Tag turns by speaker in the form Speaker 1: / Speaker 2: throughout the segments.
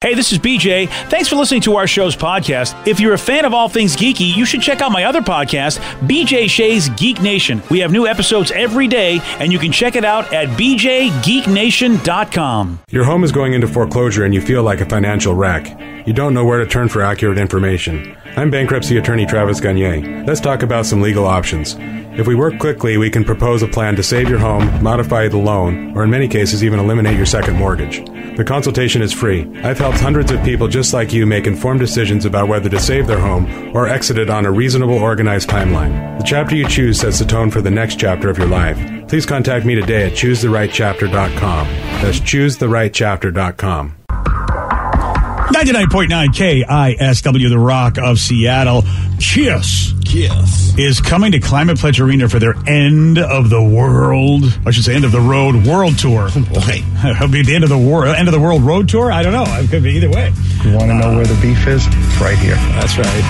Speaker 1: Hey, this is BJ. Thanks for listening to our show's podcast. If you're a fan of all things geeky, you should check out my other podcast, BJ Shays Geek Nation. We have new episodes every day, and you can check it out at bjgeeknation.com.
Speaker 2: Your home is going into foreclosure and you feel like a financial wreck. You don't know where to turn for accurate information. I'm bankruptcy attorney Travis Gagne. Let's talk about some legal options. If we work quickly, we can propose a plan to save your home, modify the loan, or in many cases, even eliminate your second mortgage. The consultation is free. I've helped hundreds of people just like you make informed decisions about whether to save their home or exit it on a reasonable, organized timeline. The chapter you choose sets the tone for the next chapter of your life. Please contact me today at choosetherightchapter.com. That's choosetherightchapter.com.
Speaker 1: 99.9 KISW, The Rock of Seattle. Kiss. Kiss. Is coming to Climate Pledge Arena for their end of the world, I should say, end of the road world tour. It'll be the end of the world, end of the world road tour. I don't know. It could be either way.
Speaker 3: You want to know where the beef is? It's right here.
Speaker 1: That's right.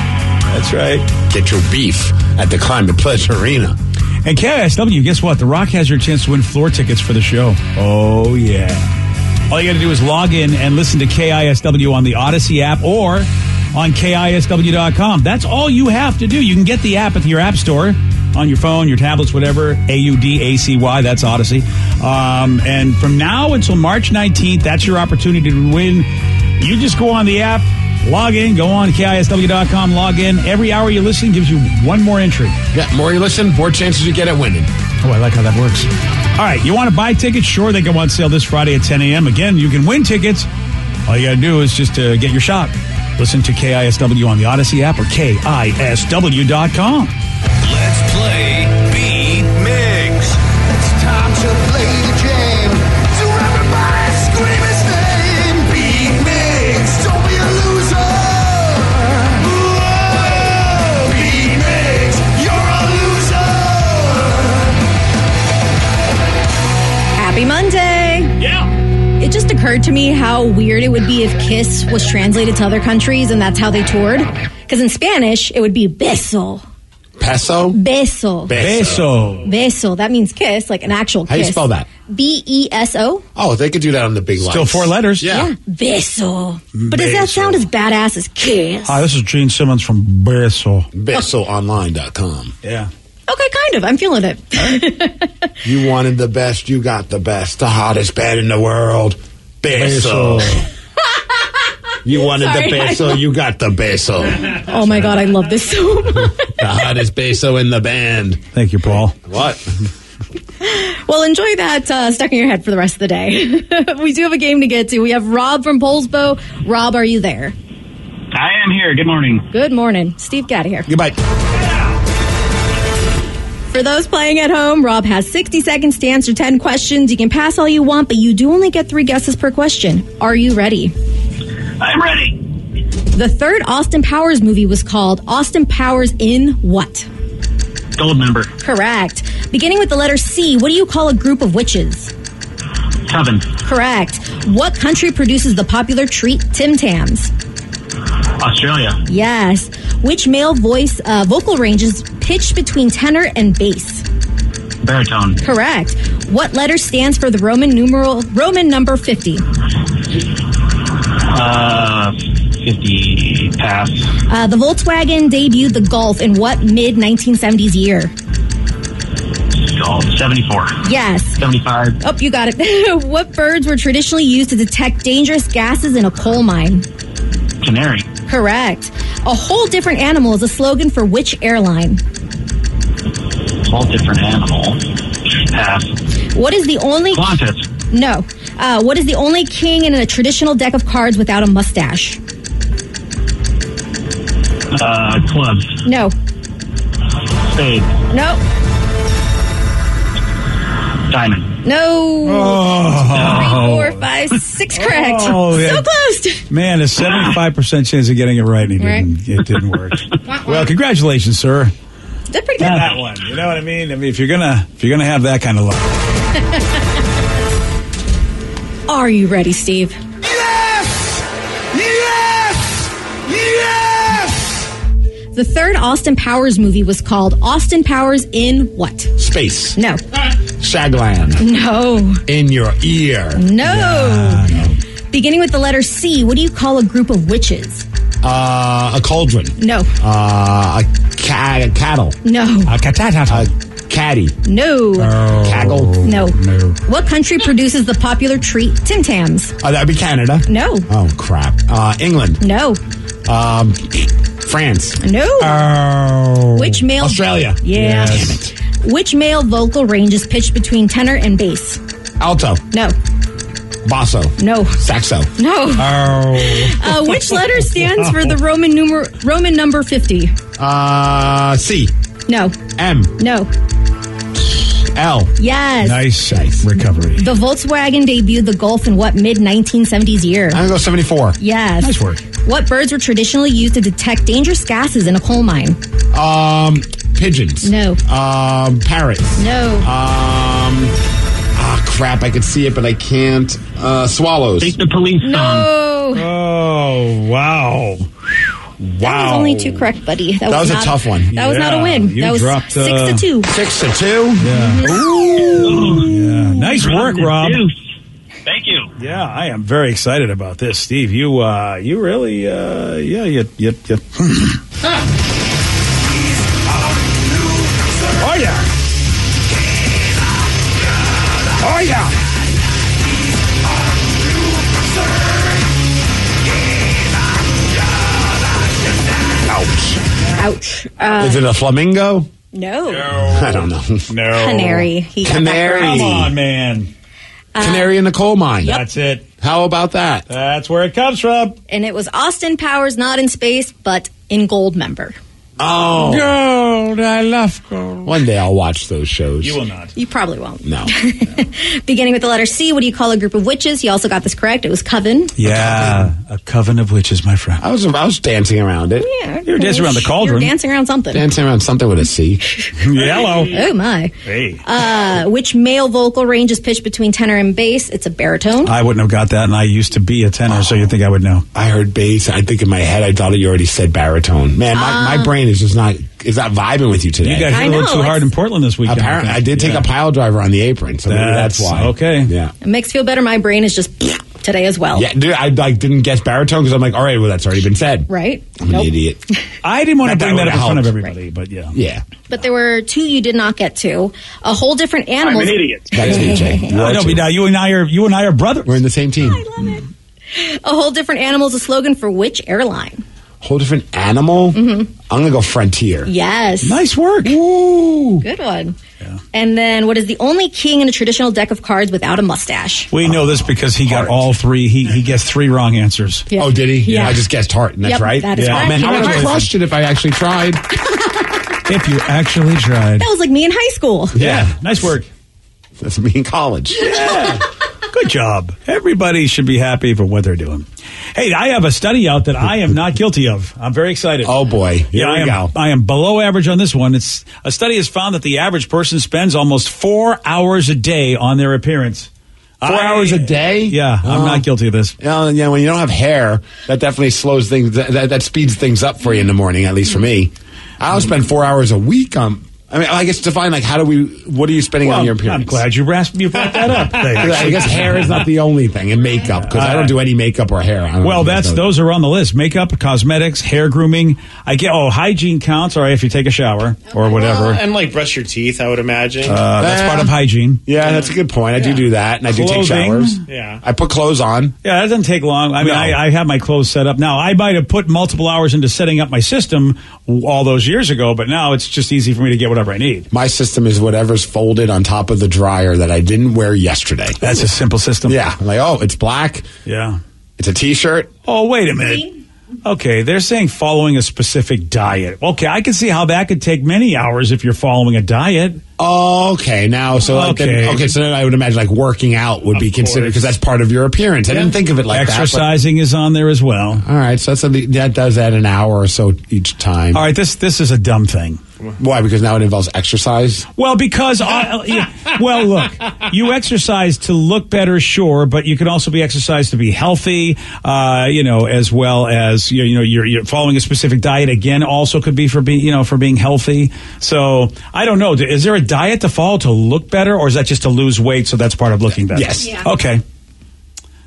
Speaker 1: That's right.
Speaker 4: Get your beef at the Climate Pledge Arena.
Speaker 1: And KISW, guess what? The Rock has your chance to win floor tickets for the show. Oh yeah. All you got to do is log in and listen to KISW on the Odyssey app or on KISW.com. That's all you have to do. You can get the app at your app store on your phone, your tablets, whatever. A U D A C Y, that's Odyssey. Um, and from now until March 19th, that's your opportunity to win. You just go on the app, log in, go on KISW.com, log in. Every hour you listen gives you one more entry.
Speaker 4: Yeah, more you listen, more chances you get at winning.
Speaker 1: Oh, I like how that works. All right, you want to buy tickets? Sure, they go on sale this Friday at 10 a.m. Again, you can win tickets. All you got to do is just uh, get your shot. Listen to KISW on the Odyssey app or KISW.com.
Speaker 5: Let's play Beat Mix. It's time to play the game. So everybody scream his name. Beat Mix. Don't be a loser. Whoa. Beat Mix. You're a loser.
Speaker 6: Happy Monday!
Speaker 1: Yeah.
Speaker 6: It just occurred to me how weird it would be if Kiss was translated to other countries and that's how they toured. Because in Spanish, it would be beso.
Speaker 4: Peso?
Speaker 6: Beso.
Speaker 1: Beso.
Speaker 6: beso. That means kiss, like an actual kiss.
Speaker 4: How you spell that?
Speaker 6: B E S O.
Speaker 4: Oh, they could do that on the big line.
Speaker 1: Still four letters.
Speaker 4: Yeah.
Speaker 6: Beso. But does that
Speaker 4: Beso. Ah,
Speaker 6: sound as badass as kiss?
Speaker 1: Hi, this is Gene Simmons from Beso.
Speaker 4: BesoOnline.com.
Speaker 1: Yeah.
Speaker 6: okay, kind of. I'm feeling it.
Speaker 4: You wanted the best, you got the best, the hottest band in the world. Beso. You wanted
Speaker 6: Sorry,
Speaker 4: the
Speaker 6: I
Speaker 4: beso, you got the beso.
Speaker 6: oh my god, I love this so much.
Speaker 4: The hottest beso in the band.
Speaker 1: Thank you, Paul.
Speaker 4: What?
Speaker 6: Well, enjoy that uh, stuck in your head for the rest of the day. we do have a game to get to. We have Rob from Polsbo. Rob, are you there?
Speaker 7: I am here. Good morning.
Speaker 6: Good morning. Steve, get out of here.
Speaker 4: Goodbye.
Speaker 6: For those playing at home, Rob has 60 seconds to answer 10 questions. You can pass all you want, but you do only get three guesses per question. Are you ready?
Speaker 7: I'm ready.
Speaker 6: The third Austin Powers movie was called Austin Powers in What?
Speaker 7: Gold member.
Speaker 6: Correct. Beginning with the letter C, what do you call a group of witches?
Speaker 7: Seven.
Speaker 6: Correct. What country produces the popular treat Tim Tams?
Speaker 7: Australia.
Speaker 6: Yes. Which male voice uh, vocal range is pitched between tenor and bass?
Speaker 7: Baritone.
Speaker 6: Correct. What letter stands for the Roman numeral Roman number 50?
Speaker 7: Uh, 50. Pass.
Speaker 6: Uh, the Volkswagen debuted the Golf in what mid 1970s year?
Speaker 7: years old. 74.
Speaker 6: Yes.
Speaker 7: 75.
Speaker 6: Oh, you got it. what birds were traditionally used to detect dangerous gases in a coal mine?
Speaker 7: Canary.
Speaker 6: Correct. A whole different animal is a slogan for which airline?
Speaker 7: All different animal. Pass.
Speaker 6: What is the only.
Speaker 7: Qantas.
Speaker 6: No. Uh, what is the only king in a traditional deck of cards without a mustache?
Speaker 7: Uh, clubs.
Speaker 6: No.
Speaker 7: Spade.
Speaker 6: No.
Speaker 7: Diamond.
Speaker 6: No.
Speaker 1: Oh.
Speaker 6: Three, four, five, six. Correct.
Speaker 1: Oh, yeah.
Speaker 6: So close.
Speaker 1: Man, a 75% chance of getting it right, and he
Speaker 6: Right.
Speaker 1: didn't, it didn't work. well, congratulations, sir.
Speaker 6: That's pretty good.
Speaker 1: Yeah, that one. You know what I mean? I mean, if you're gonna if you're gonna have that kind of luck,
Speaker 6: Are you ready, Steve?
Speaker 5: Yes! Yes!
Speaker 6: The third Austin Powers movie was called Austin Powers in what?
Speaker 4: Space.
Speaker 6: No.
Speaker 4: Shagland.
Speaker 6: No.
Speaker 4: In your ear.
Speaker 6: No. Beginning with the letter C, what do you call a group of witches?
Speaker 4: Uh, a cauldron.
Speaker 6: No.
Speaker 4: Uh, a, ca- a cattle.
Speaker 6: No.
Speaker 4: A catata. A caddy. Oh.
Speaker 6: No.
Speaker 4: Caggle.
Speaker 6: no. What country produces the popular treat Tim Tams?
Speaker 4: Uh, that'd be Canada.
Speaker 6: No.
Speaker 4: Oh, crap. Uh, England.
Speaker 6: No.
Speaker 4: Um, France.
Speaker 6: No.
Speaker 4: Oh.
Speaker 6: Which male?
Speaker 4: Australia.
Speaker 6: Yeah. Which male vocal range is pitched between tenor and bass?
Speaker 4: Alto.
Speaker 6: No.
Speaker 4: Basso.
Speaker 6: No.
Speaker 4: Saxo.
Speaker 6: No.
Speaker 4: Oh.
Speaker 6: Uh, which letter stands for the Roman numer- Roman number 50?
Speaker 4: Uh, C.
Speaker 6: No.
Speaker 4: M.
Speaker 6: No.
Speaker 4: L.
Speaker 6: Yes.
Speaker 1: nice, recovery.
Speaker 6: The Volkswagen debuted the Golf in what mid 1970s year?
Speaker 4: I'm going to go 74.
Speaker 6: Yes.
Speaker 1: Nice work.
Speaker 6: What birds were traditionally used to detect dangerous gases in a coal mine?
Speaker 4: Um, pigeons.
Speaker 6: No.
Speaker 4: Um, parrots.
Speaker 6: No.
Speaker 4: Um, ah, crap. I could see it, but I can't. Uh, swallows.
Speaker 7: Take the police song.
Speaker 6: Oh.
Speaker 1: Oh wow!
Speaker 6: That was only two correct, buddy. That,
Speaker 4: was a
Speaker 6: not-
Speaker 4: tough one.
Speaker 6: That was not a
Speaker 1: Yeah,
Speaker 6: win.
Speaker 1: you
Speaker 6: that was
Speaker 1: dropped,
Speaker 6: six
Speaker 1: uh,
Speaker 6: to two.
Speaker 4: Six to two.
Speaker 1: Yeah. Yeah. Nice work,
Speaker 7: Round the
Speaker 1: Rob.
Speaker 7: deuce. Thank you.
Speaker 1: Yeah, I am very excited about this, Steve. You, uh, you really, uh, yeah, you, you, you. oh yeah! Oh yeah!
Speaker 4: Ouch.
Speaker 6: Ouch. Uh,
Speaker 4: Is it a flamingo?
Speaker 6: no.
Speaker 4: I don't know.
Speaker 1: No,
Speaker 6: Canary. He got that
Speaker 4: Canary. Um,
Speaker 6: correct.
Speaker 1: Come on, man.
Speaker 4: Canary in the coal mine.
Speaker 1: That's it.
Speaker 4: How about that?
Speaker 1: That's where it comes from.
Speaker 6: And it was Austin Powers, not in space, but in Gold member.
Speaker 4: Oh.
Speaker 1: Gold, I love gold.
Speaker 4: One day I'll watch those shows.
Speaker 1: You will not.
Speaker 6: You probably won't.
Speaker 4: No.
Speaker 6: Beginning with the letter C, what do you call a group of witches? He also got this correct. It was coven.
Speaker 1: Yeah, a coven of witches, my friend.
Speaker 4: I was I was dancing around it.
Speaker 6: Yeah,
Speaker 1: You were dancing around the cauldron.
Speaker 6: You were dancing around something.
Speaker 4: Dancing around something with a C.
Speaker 1: Yellow.
Speaker 6: oh my.
Speaker 1: Hey.
Speaker 6: Uh, which male vocal range is pitched between tenor and bass? It's a baritone.
Speaker 1: I wouldn't have got that, and I used to be a tenor, so you think I would know.
Speaker 4: I heard bass. I think in my head I thought you already said baritone. Man, my, my brain is just not is not vibing with you today.
Speaker 1: You got hit
Speaker 6: Uh. I
Speaker 1: a little
Speaker 6: know,
Speaker 1: too hard
Speaker 6: it's-
Speaker 1: in Portland this weekend.
Speaker 4: Apparently, I
Speaker 1: think.
Speaker 4: did take
Speaker 1: Yeah.
Speaker 4: a pile driver on the apron, so maybe that's,
Speaker 1: That's
Speaker 4: why.
Speaker 1: okay.
Speaker 4: Yeah.
Speaker 6: It makes feel better. My brain is just today as well.
Speaker 4: Yeah, dude, I like didn't guess baritone because I'm like, all right, well, that's already been said.
Speaker 6: Right?
Speaker 4: I'm an idiot.
Speaker 1: I didn't want to
Speaker 4: That
Speaker 1: bring that
Speaker 4: would
Speaker 1: up in front of
Speaker 4: help.
Speaker 1: everybody, but yeah.
Speaker 4: Yeah,
Speaker 6: But there were two you did not get to. A whole different animal.
Speaker 7: I'm an idiot.
Speaker 4: that's DJ. You
Speaker 1: I
Speaker 4: are
Speaker 1: know,
Speaker 4: too.
Speaker 1: but now you and I are you and I are brothers.
Speaker 4: We're in the same team.
Speaker 6: A whole different animal is a slogan for which airline?
Speaker 4: Whole different animal. I'm gonna go frontier.
Speaker 6: Yes.
Speaker 1: nice work.
Speaker 6: Good one. And then what is the only king in a traditional deck of cards without a mustache?
Speaker 1: We know this because he got all three. He he guessed three wrong answers.
Speaker 6: Yeah.
Speaker 4: Oh, did he?
Speaker 6: Yeah.
Speaker 4: I just guessed heart, and that's
Speaker 6: Yep,
Speaker 4: right.
Speaker 6: that is
Speaker 1: Yeah.
Speaker 6: correct.
Speaker 1: Oh, man,
Speaker 6: You
Speaker 4: I
Speaker 6: got
Speaker 4: would
Speaker 6: it
Speaker 4: have
Speaker 6: right.
Speaker 4: crushed it if I actually tried.
Speaker 1: If you actually tried.
Speaker 6: That was like me in high school.
Speaker 1: Yeah. Nice work.
Speaker 4: That's me in college.
Speaker 1: Good job. Everybody should be happy for what they're doing. Hey, I have a study out that I am not guilty of. I'm very excited.
Speaker 4: Oh boy, here
Speaker 1: yeah, I
Speaker 4: we
Speaker 1: am,
Speaker 4: go.
Speaker 1: I am below average on this one. It's a study has found that the average person spends almost four hours a day on their appearance.
Speaker 4: Four
Speaker 1: I-
Speaker 4: hours a day?
Speaker 1: Yeah, I'm
Speaker 4: Oh.
Speaker 1: not guilty of this.
Speaker 4: Yeah, yeah, when you don't have hair, that definitely slows things. That, that, that speeds things up for you in the morning, at least for me. I don't spend four hours a week on I mean, I guess define like how do we? What are you spending
Speaker 1: Well,
Speaker 4: on your
Speaker 1: I'm-
Speaker 4: appearance?
Speaker 1: I'm glad you asked you brought that up. Thanks. Uh,
Speaker 4: I guess hair is not the only thing, and makeup because I don't do any makeup or hair. I don't
Speaker 1: Well,
Speaker 4: know if
Speaker 1: that's
Speaker 4: you know
Speaker 1: those are on the list: makeup, cosmetics, hair grooming. I get oh, hygiene counts. All right, if you take a shower or whatever,
Speaker 8: and like brush your teeth, I would imagine.
Speaker 1: uh, that's part of hygiene.
Speaker 4: Yeah, that's a good point. I do do that, and I do
Speaker 1: Clothing.
Speaker 4: take showers.
Speaker 8: Yeah.
Speaker 4: I put clothes on.
Speaker 1: Yeah, that doesn't take long. I mean,
Speaker 4: No.
Speaker 1: I, I have my clothes set up now. I might have put multiple hours into setting up my system all those years ago, but now it's just easy for me to get whatever I need.
Speaker 4: My system is whatever's folded on top of the dryer that I didn't wear yesterday.
Speaker 1: That's a simple system.
Speaker 4: Yeah, I'm like oh, it's black.
Speaker 1: Yeah.
Speaker 4: It's a T-shirt.
Speaker 1: Oh, wait a minute. Okay, they're saying following a specific diet. Okay, I can see how that could take many hours if you're following a diet. Uh,
Speaker 4: Okay, now so like, then-
Speaker 1: Okay.
Speaker 4: okay, so then I would imagine like working out would be considered because that's part of your appearance. I didn't think of it like that.
Speaker 1: Exercising is on there as well.
Speaker 4: but- all right, so that's a, that does that an hour or so each time.
Speaker 1: All right, this this is a dumb thing.
Speaker 4: Why? Because now it involves exercise.
Speaker 1: Well, because I, yeah, well, look, you exercise to look better, sure, but you can also be exercised to be healthy, uh, you know, as well as you, you know you're, you're following a specific diet. Again, also could be for being you know for being healthy. So I don't know. Is there a diet to follow to look better, or is that just to lose weight? So that's part of looking better.
Speaker 4: Yes.
Speaker 6: Yeah.
Speaker 1: Okay.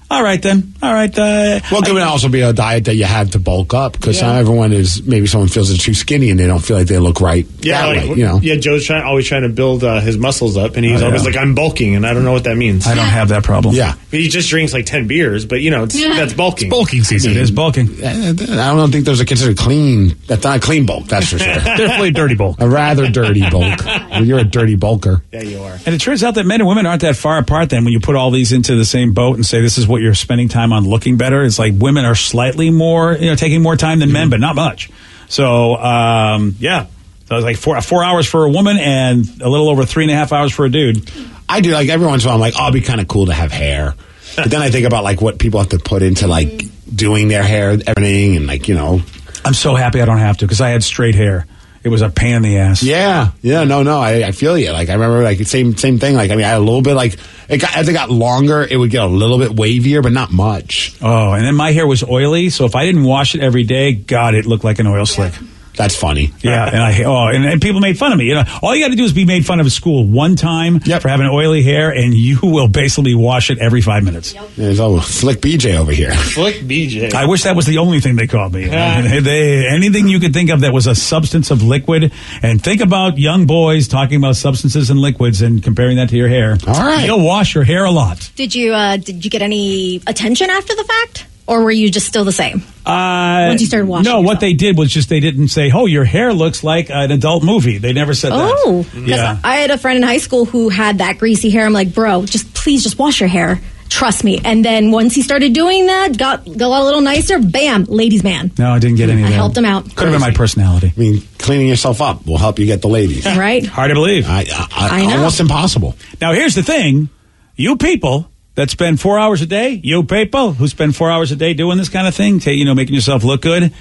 Speaker 1: All right then. All right. Uh,
Speaker 4: Well, it could also be a diet that you have to bulk up because everyone is maybe someone feels they're too skinny and they don't feel like they look right.
Speaker 8: yeah,
Speaker 4: that
Speaker 8: like,
Speaker 4: way, you know.
Speaker 8: yeah. Joe's trying, always trying to build uh, his muscles up, and he's
Speaker 4: Oh,
Speaker 8: always
Speaker 4: yeah.
Speaker 8: like, "I'm bulking," and I don't know what that means.
Speaker 1: I don't have that problem.
Speaker 4: Yeah.
Speaker 8: He just drinks like ten beers, but you know it's,
Speaker 6: Yeah.
Speaker 8: that's bulking.
Speaker 4: bulking season.
Speaker 1: It is bulking.
Speaker 4: I don't think those are considered clean. That's not a clean bulk. That's for sure.
Speaker 1: Definitely a dirty bowl.
Speaker 4: a rather dirty bulk. You're a dirty bulker.
Speaker 8: Yeah, you are.
Speaker 1: And it turns out that men and women aren't that far apart then when you put all these into the same boat and say this is what you're spending time on looking better. It's like women are slightly more, you know, taking more time than men, but not much. So, um, yeah. So it's like four, four hours for a woman and a little over three and a half hours for a dude.
Speaker 4: I do like every once in a while. I'm like, oh, it'd be kind of cool to have hair. But then I think about like what people have to put into like doing their hair, everything, and like you know,
Speaker 1: I'm so happy I don't have to because I had straight hair. It was a pain in the ass.
Speaker 4: yeah, yeah, no, no, I, I feel you. Like I remember like same same thing. Like I mean, I had a little bit like it got as it got longer, it would get a little bit wavier, but not much.
Speaker 1: Oh, and then my hair was oily. So if I didn't wash it every day, God, it looked like an oil slick.
Speaker 4: That's funny.
Speaker 1: Yeah, and I oh, and, and people made fun of me. You know, all you got to do is be made fun of at school one time
Speaker 4: Yep.
Speaker 1: for having oily hair, and you will basically wash it every five minutes.
Speaker 4: There's all slick BJ over here.
Speaker 8: Flick BJ.
Speaker 1: I wish that was the only thing they called me. They- they- anything you could think of that was a substance of liquid, and think about young boys talking about substances and liquids and comparing that to your hair.
Speaker 4: All right.
Speaker 1: you'll wash your hair a lot.
Speaker 6: Did you uh, did you get any attention after the fact, or were you just still the same?
Speaker 1: Uh,
Speaker 6: Once you started washing
Speaker 1: no, what
Speaker 6: yourself.
Speaker 1: they did was just they didn't say, "Oh, your hair looks like an adult movie." They never said that.
Speaker 6: Oh, because
Speaker 1: yeah.
Speaker 6: I had a friend in high school who had that greasy hair. I'm like, bro, just please, just wash your hair. Trust me. And then once he started doing that, got got a little nicer. Bam, ladies man.
Speaker 1: no, I didn't get any.
Speaker 6: I
Speaker 1: of that.
Speaker 6: helped him out.
Speaker 1: Could have been my personality.
Speaker 4: I mean, cleaning yourself up will help you get the ladies. I,
Speaker 6: Right?
Speaker 1: Hard to believe.
Speaker 4: I, I,
Speaker 6: I know.
Speaker 4: almost impossible.
Speaker 1: Now, here's the thing you people that spend four hours a day, you people who spend four hours a day doing this kind of thing, ta you know, making yourself look good,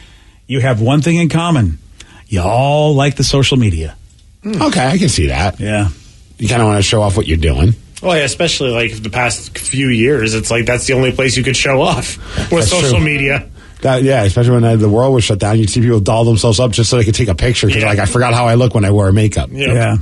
Speaker 1: you have one thing in common. You all like the social media.
Speaker 4: Hmm. Okay, I can see that.
Speaker 1: Yeah.
Speaker 4: You kind of want to show off what you're doing.
Speaker 8: Well, Oh, yeah, especially like the past few years, it's like that's the only place you could show off with
Speaker 4: That's
Speaker 8: social
Speaker 4: true.
Speaker 8: media.
Speaker 4: That, yeah, especially when uh, the world was shut down, you'd see people doll themselves up just so they could take a picture. 'cause they're
Speaker 8: Yeah.
Speaker 4: like, I forgot how I look when I wear makeup.
Speaker 8: Yeah.
Speaker 1: Yeah.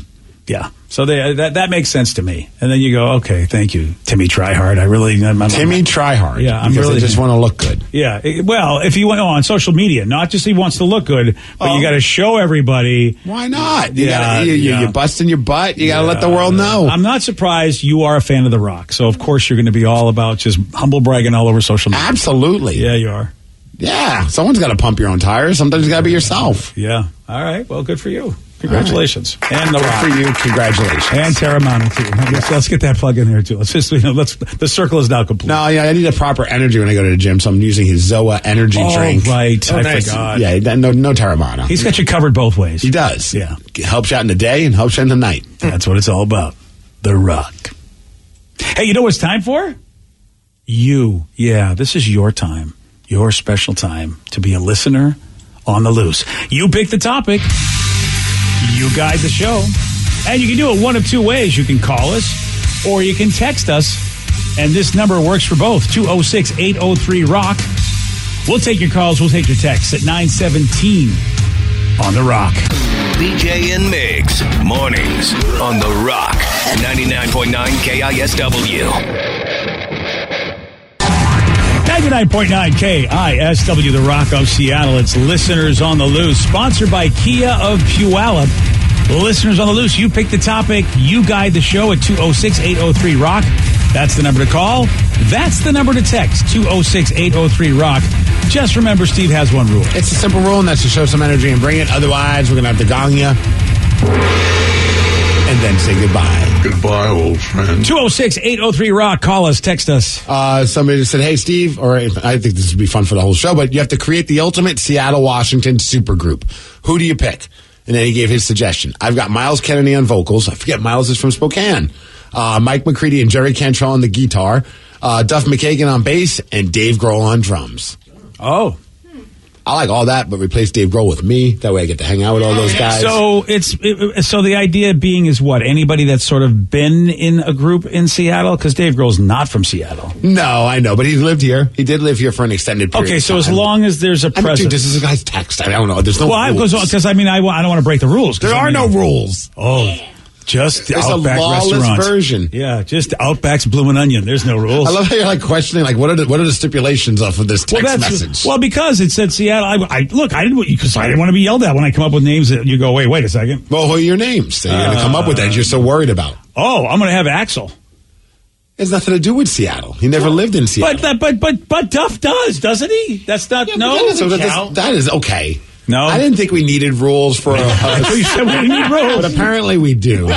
Speaker 1: Yeah. So they, uh, that, that makes sense to me. And then you go, okay, thank you, Timmy Tryhard. I really. I'm, I'm-
Speaker 4: Timmy, try hard.
Speaker 1: Yeah, I'm
Speaker 4: because
Speaker 1: really-
Speaker 4: I just want to look good.
Speaker 1: Yeah. it- Well, if you went on social media, not just he wants to look good, but
Speaker 4: Oh.
Speaker 1: you got to show everybody.
Speaker 4: Why not? You
Speaker 1: Yeah,
Speaker 4: gotta, you, you-
Speaker 1: yeah.
Speaker 4: You're busting your butt. You got to let the world know.
Speaker 1: I'm not surprised you are a fan of The Rock. So, of course, you're going to be all about just humble bragging all over social media.
Speaker 4: Absolutely.
Speaker 1: Yeah, you are.
Speaker 4: Yeah. Someone's got to pump your own tires. Sometimes you got to be yourself.
Speaker 1: Yeah. All right. Well, good for you. Congratulations. And the
Speaker 4: Good
Speaker 1: rock.
Speaker 4: for you. Congratulations.
Speaker 1: And Terramana too. Let's, let's get that plug in there too. Let's just you know, let's the circle is now complete.
Speaker 4: no, yeah, I need a proper energy when I go to the gym, so I'm using his Zoa energy
Speaker 1: oh,
Speaker 4: drink.
Speaker 1: right.
Speaker 8: Oh,
Speaker 1: I
Speaker 8: nice.
Speaker 1: forgot.
Speaker 4: Yeah, that- no, no Terramana.
Speaker 1: He's got you covered both ways.
Speaker 4: he does.
Speaker 1: Yeah.
Speaker 4: Helps you out in the day and helps you in the night.
Speaker 1: That's what it's all about. The rock. Hey, you know what's time for? You. Yeah, this is your time. Your special time to be a listener on the loose. You pick the topic. You guide the show. And you can do it one of two ways. You can call us or you can text us. And this number works for both 206 803 Rock. We'll take your calls. We'll take your texts at 917 on The Rock.
Speaker 5: BJ and Migs, mornings on The Rock, 99.9 KISW.
Speaker 1: 99.9 KISW, The Rock of Seattle. It's Listeners on the Loose, sponsored by Kia of Puyallup. Listeners on the Loose, you pick the topic, you guide the show at 206 803 Rock. That's the number to call. That's the number to text, 206 803 Rock. Just remember, Steve has one rule.
Speaker 4: It's a simple rule, and that's to show some energy and bring it. Otherwise, we're going to have to gong you and then say goodbye. Goodbye, old friend.
Speaker 1: 206 803 Rock. oh Call us, text us.
Speaker 4: Uh, somebody just said, Hey, Steve, or I think this would be fun for the whole show, but you have to create the ultimate Seattle, Washington supergroup. Who do you pick? And then he gave his suggestion. I've got Miles Kennedy on vocals. I forget Miles is from Spokane. Uh, Mike McCready and Jerry Cantrell on the guitar. Uh, Duff McKagan on bass and Dave Grohl on drums.
Speaker 1: Oh.
Speaker 4: I like all that, but replace Dave Grohl with me. That way I get to hang out with all those guys.
Speaker 1: So it's it, so the idea being is what anybody that's sort of been in a group in Seattle because Dave Grohl's not from Seattle.
Speaker 4: No, I know, but he's lived here. He did live here for an extended period.
Speaker 1: Okay,
Speaker 4: of
Speaker 1: so as
Speaker 4: time.
Speaker 1: long as there's a
Speaker 4: I mean, dude,
Speaker 1: presence,
Speaker 4: this is a guy's text. I don't know. There's no.
Speaker 1: well, I
Speaker 4: rules.
Speaker 1: goes on because I mean I, wa- I don't want to break the rules. 'cause
Speaker 4: There
Speaker 1: I
Speaker 4: are
Speaker 1: mean-
Speaker 4: no rules.
Speaker 1: Oh, just the
Speaker 4: It's a
Speaker 1: Outback
Speaker 4: lawless
Speaker 1: restaurants.
Speaker 4: version.
Speaker 1: Yeah, just Outback's Bloomin' Onion. There's no rules.
Speaker 4: I love how you're like questioning, like, what are the, what are the stipulations off of this text message?
Speaker 1: well because it said Seattle. I, I look, I didn't because I didn't want to be yelled at when I come up with names that you go, wait, wait a second.
Speaker 4: Well, who are your names that you're going to come up with that you're so worried about?
Speaker 1: Oh, I'm going to have Axel.
Speaker 4: It has nothing to do with Seattle. He never lived in Seattle.
Speaker 1: But that, but but but Duff does, doesn't he? That's not no.
Speaker 4: that, is, so that does-
Speaker 1: count.
Speaker 4: that is okay.
Speaker 1: No.
Speaker 4: I didn't think we needed rules for a.
Speaker 1: thought you said we didn't need rules.
Speaker 4: but apparently we do. They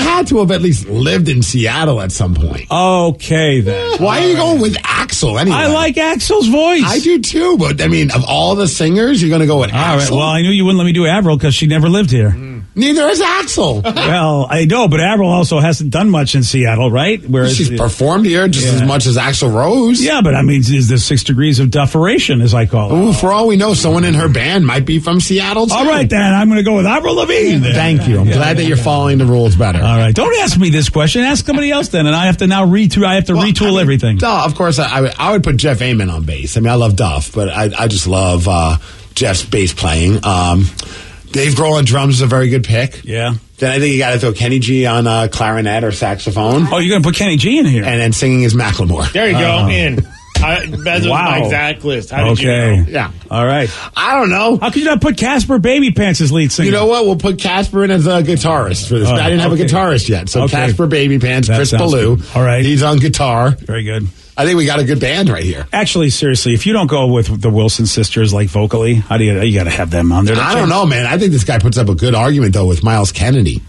Speaker 4: had to have at least lived in Seattle at some point.
Speaker 1: Okay then.
Speaker 4: Why are you going with Axel anyway?
Speaker 1: I like Axel's voice.
Speaker 4: I do too, but I mean, of all the singers, you're going to go with
Speaker 1: All right.
Speaker 4: Axel.
Speaker 1: Well, I knew you wouldn't let me do Avril because she never lived here.
Speaker 4: Neither is Axel.
Speaker 1: Well, I know, but Avril also hasn't done much in Seattle, right? Whereas
Speaker 4: She's performed here just as much as Axel Rose.
Speaker 1: yeah, but I mean, is there six degrees of dufferation, as I call it?
Speaker 4: Ooh, for all we know, someone in her band might be from Seattle. Too.
Speaker 1: All right, then I'm going to go with Avril Lavigne. then.
Speaker 4: Thank you. I'm glad that you're following the rules better.
Speaker 1: All right. Don't ask me this question. Ask somebody else then, and I have to now retool. I have to
Speaker 4: Well,
Speaker 1: retool
Speaker 4: I mean,
Speaker 1: everything.
Speaker 4: Duh, of course, I, I, would, I would put Jeff Amon on bass. I mean, I love Duff, but I, I just love uh, Jeff's bass playing. Um, Dave Grohl on drums is a very good pick.
Speaker 1: Yeah.
Speaker 4: Then I think you got to throw Kenny G on uh, clarinet or saxophone,
Speaker 1: Oh, you're going to put Kenny G in here. Oh.
Speaker 4: and then singing is Macklemore.
Speaker 8: There you go.
Speaker 4: Uh-huh.
Speaker 8: In. I, that was my
Speaker 1: Wow.
Speaker 8: exact list. How did
Speaker 1: okay.
Speaker 8: you know?
Speaker 4: Yeah,
Speaker 1: All right.
Speaker 4: I don't know.
Speaker 1: How could you not put Casper Baby Pants as lead singer?
Speaker 4: You know what? We'll put Casper in as a guitarist for this.
Speaker 1: Oh,
Speaker 4: I didn't have
Speaker 1: okay.
Speaker 4: a guitarist yet, so
Speaker 1: Okay.
Speaker 4: Casper Baby Pants,
Speaker 1: That
Speaker 4: Chris
Speaker 1: sounds
Speaker 4: Ballou.
Speaker 1: good. All right.
Speaker 4: he's on guitar.
Speaker 1: Very good.
Speaker 4: I think we got a good band right here.
Speaker 1: Actually, seriously, if you don't go with the Wilson sisters, like vocally, how do you? You got to have them on there.
Speaker 4: I don't know, man. I think this guy puts up a good argument though with Miles Kennedy.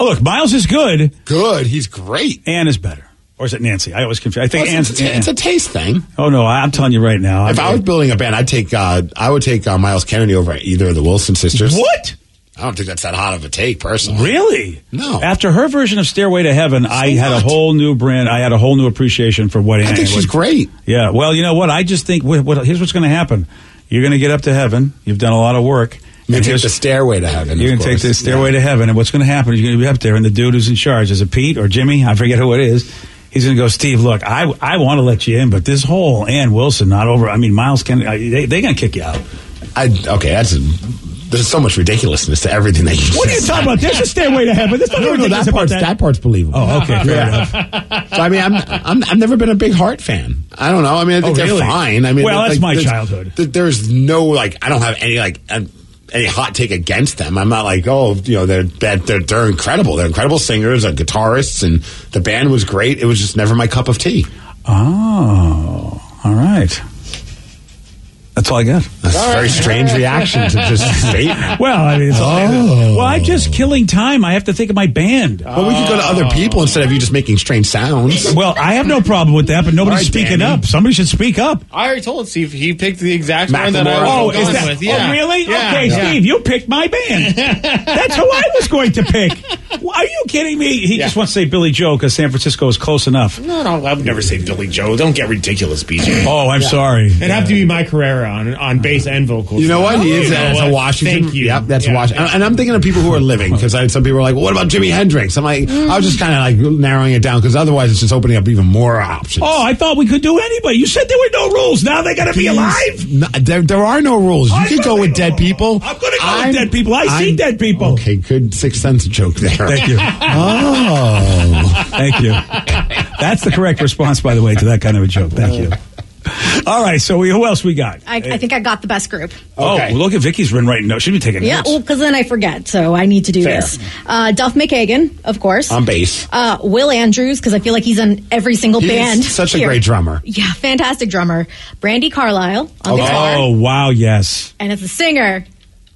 Speaker 1: Oh, look, Miles is good.
Speaker 4: Good, he's great.
Speaker 1: Anne is better, or is it Nancy? I always confuse. I think
Speaker 4: Plus,
Speaker 1: Anne's.
Speaker 4: it's, a, it's a taste thing.
Speaker 1: oh no, I, I'm telling you right now.
Speaker 4: If
Speaker 1: I'm-
Speaker 4: I was building a band, I'd take uh, I would take uh, Miles Kennedy over either of the Wilson sisters.
Speaker 1: what?
Speaker 4: I don't think that's that hot of a take, personally.
Speaker 1: Really?
Speaker 4: No.
Speaker 1: After her version of Stairway to Heaven, I had a
Speaker 4: what?
Speaker 1: whole new brand. I had a whole new appreciation for what
Speaker 4: I
Speaker 1: Anne
Speaker 4: think she's
Speaker 1: was-
Speaker 4: great.
Speaker 1: Yeah. Well, you know what? I just think what, what, here's what's going to happen. You're going to get up to heaven. You've done a lot of work. And
Speaker 4: You take
Speaker 1: here's-
Speaker 4: the stairway to heaven.
Speaker 1: You're going
Speaker 4: of
Speaker 1: to take
Speaker 4: course.
Speaker 1: the stairway to heaven, and what's going to happen is you're going to be up there, and the dude who's in charge is it Pete or Jimmy? I forget who it is. He's going to go, Steve. Look, I I want to let you in, but this whole Ann Wilson not over. I mean, Miles Kennedy, I, they they going to kick you out.
Speaker 4: Yeah. I, okay, that's a, there's so much ridiculousness to everything that you.
Speaker 1: What are you
Speaker 4: just
Speaker 1: talking
Speaker 4: said.
Speaker 1: about? There's a stairway to heaven. There's nothing
Speaker 4: No, no,
Speaker 1: ridiculous
Speaker 4: that
Speaker 1: about
Speaker 4: part's that.
Speaker 1: that.
Speaker 4: part's believable.
Speaker 1: Oh, okay, fair
Speaker 4: enough. So I mean, I'm, I'm I've never been a big Heart fan. I don't know. I mean, I think
Speaker 1: Oh, really?
Speaker 4: they're fine. I mean,
Speaker 1: Well,
Speaker 4: like,
Speaker 1: that's my
Speaker 4: there's-
Speaker 1: childhood.
Speaker 4: th- there's no like, I don't have any like um, any hot take against them. I'm not like, oh, you know, they're bad, they're they're incredible. They're incredible singers and guitarists, and the band was great. It was just never my cup of tea.
Speaker 1: Oh, all right. That's all I got.
Speaker 4: That's a very strange reaction to just a statement.
Speaker 1: Well, I mean, it's all
Speaker 4: Oh.
Speaker 1: well, I'm just killing time. I have to think of my band.
Speaker 4: Well, we could go to other people instead of you just making strange sounds.
Speaker 1: Well, I have no problem with that, but nobody's
Speaker 4: All right,
Speaker 1: speaking
Speaker 4: Danny.
Speaker 1: up. Somebody should speak up.
Speaker 8: I already told Steve he picked the exact one that
Speaker 4: Macklemore.
Speaker 8: I
Speaker 1: Oh,
Speaker 8: was
Speaker 1: is
Speaker 8: going
Speaker 1: that,
Speaker 8: with. Yeah.
Speaker 1: oh, really?
Speaker 8: Yeah.
Speaker 1: okay,
Speaker 8: Yeah.
Speaker 1: Steve, you picked my band. That's who I was going to pick. Are you kidding me? He just wants to say Billy Joe because San Francisco is close enough.
Speaker 8: No, no, I would never say Billy Joe. Don't get ridiculous, BJ.
Speaker 1: Oh, I'm sorry.
Speaker 9: It'd have to be Mike Herrera on on bass and vocals.
Speaker 4: You know
Speaker 1: Oh,
Speaker 4: what? He is
Speaker 9: You know
Speaker 4: that's
Speaker 9: what?
Speaker 4: a Washington.
Speaker 9: Thank you.
Speaker 4: Yep, that's
Speaker 9: Yeah.
Speaker 4: Washington. And I'm thinking of people who are living because some people are like, well, "What about Jimi Hendrix?" I'm like, I was just kind of like narrowing it down because otherwise it's just opening up even more options.
Speaker 1: Oh, I thought we could do anybody. You said there were no rules. Now they got to be alive.
Speaker 4: No, there, there are no rules. You could go with dead people. I'm
Speaker 1: gonna go with dead people. I see dead people.
Speaker 4: Okay, good sixth sense joke there.
Speaker 1: Thank you.
Speaker 4: oh,
Speaker 1: Thank you. That's the correct response, by the way, to that kind of a joke. Thank you. All right, so we, who else we got?
Speaker 6: I, I think I got the best group.
Speaker 1: Oh, look at Vicky's been writing notes. She'd be taking
Speaker 6: Yeah,
Speaker 1: notes.
Speaker 6: well, because then I forget, so I need to do
Speaker 1: Fair.
Speaker 6: this. Uh, Duff McKagan, of course.
Speaker 4: on base.
Speaker 6: uh, Will Andrews, because I feel like he's in every single
Speaker 4: He's
Speaker 6: band.
Speaker 4: such a
Speaker 6: here.
Speaker 4: great drummer.
Speaker 6: Yeah, fantastic drummer. Brandy Carlisle on guitar.
Speaker 1: Oh, wow, yes.
Speaker 6: And as a singer,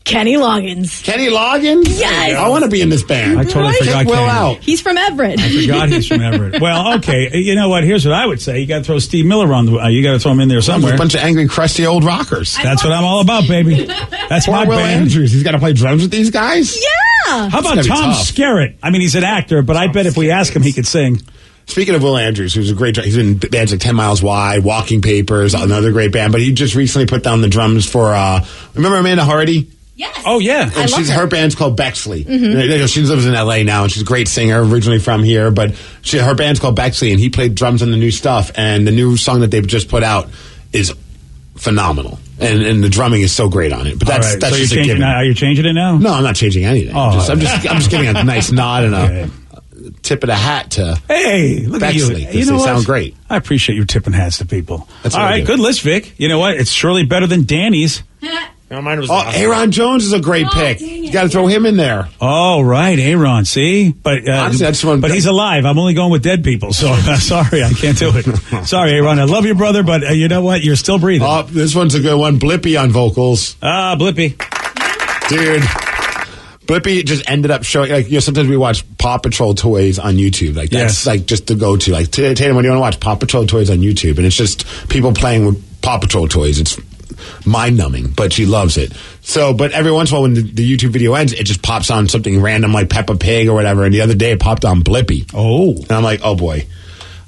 Speaker 6: Kenny Loggins.
Speaker 4: Kenny Loggins?
Speaker 6: Yes.
Speaker 4: I want to be in this band.
Speaker 1: I totally
Speaker 4: Check
Speaker 1: forgot
Speaker 4: Will
Speaker 1: Kenny.
Speaker 4: out.
Speaker 6: He's from Everett.
Speaker 1: Forgot he's from Everett. Well, okay. You know what? Here's what I would say. You got to throw Steve Miller on the. Uh, you got to throw him in there
Speaker 4: I'm
Speaker 1: somewhere.
Speaker 4: a bunch of angry, crusty old rockers.
Speaker 1: That's what I'm all about, baby. That's
Speaker 4: Poor
Speaker 1: my
Speaker 4: Will
Speaker 1: band.
Speaker 4: Andrews. He's got to play drums with these guys.
Speaker 6: Yeah.
Speaker 1: How about
Speaker 4: It's gonna be
Speaker 1: Tom
Speaker 4: tough.
Speaker 1: Skerritt? I mean, he's an actor, but I bet if we ask him, he could sing.
Speaker 4: Speaking of Will Andrews, who's a great, dr- he's been in bands like Ten Miles Wide, Walking Papers, another great band. But he just recently put down the drums for. uh Remember Amanda Hardy?
Speaker 6: Yes.
Speaker 1: Oh yeah.
Speaker 4: And she's her. band's called Bexley. And She lives in L.A. now, and she's a great singer, originally from here. But she, her band's called Bexley, and he played drums on the new stuff. And the new song that they've just put out is phenomenal, and and the drumming is so great on it. But that's
Speaker 1: all right.
Speaker 4: that's
Speaker 1: so you're
Speaker 4: just a
Speaker 1: changing.
Speaker 4: given.
Speaker 1: now- Are you changing it now?
Speaker 4: No, I'm not changing anything. I'm
Speaker 1: Oh,
Speaker 4: just, I'm
Speaker 1: okay.
Speaker 4: just I'm just giving a nice nod and
Speaker 1: Okay.
Speaker 4: a tip of the hat to.
Speaker 1: Hey, look
Speaker 4: Bexley,
Speaker 1: at
Speaker 4: 'cause
Speaker 1: you. You
Speaker 4: they
Speaker 1: know what?
Speaker 4: sound great.
Speaker 1: I appreciate you tipping hats to people.
Speaker 4: That's
Speaker 1: All
Speaker 4: what I
Speaker 1: right,
Speaker 4: do.
Speaker 1: good list, Vic. You know what? It's surely better than Danny's.
Speaker 8: No, mine was
Speaker 4: Oh,
Speaker 8: awesome.
Speaker 4: Aaron Jones is a great pick. You got to throw him in there.
Speaker 1: All right, Aaron. See, but uh,
Speaker 4: Honestly, I just wanna-
Speaker 1: but he's alive. I'm only going with dead people, so sorry, I can't do it. Sorry, Aaron. I love you, brother, but uh, you know what? You're still breathing.
Speaker 4: Oh, this one's a good one. Blippy on vocals,
Speaker 1: Ah, Blippy.
Speaker 4: dude. Blippy just ended up showing. Like you know, sometimes we watch Paw Patrol toys on YouTube. Like that's
Speaker 1: Yes.
Speaker 4: like just the go to. Like "T- Tatum, what do you want to watch? Paw Patrol toys on YouTube, and it's just people playing with Paw Patrol toys. It's mind numbing, but she loves it. So, but every once in a while, when the, the YouTube video ends, it just pops on something random like Peppa Pig or whatever. And the other day, it popped on Blippy.
Speaker 1: Oh,
Speaker 4: And I'm like, oh boy,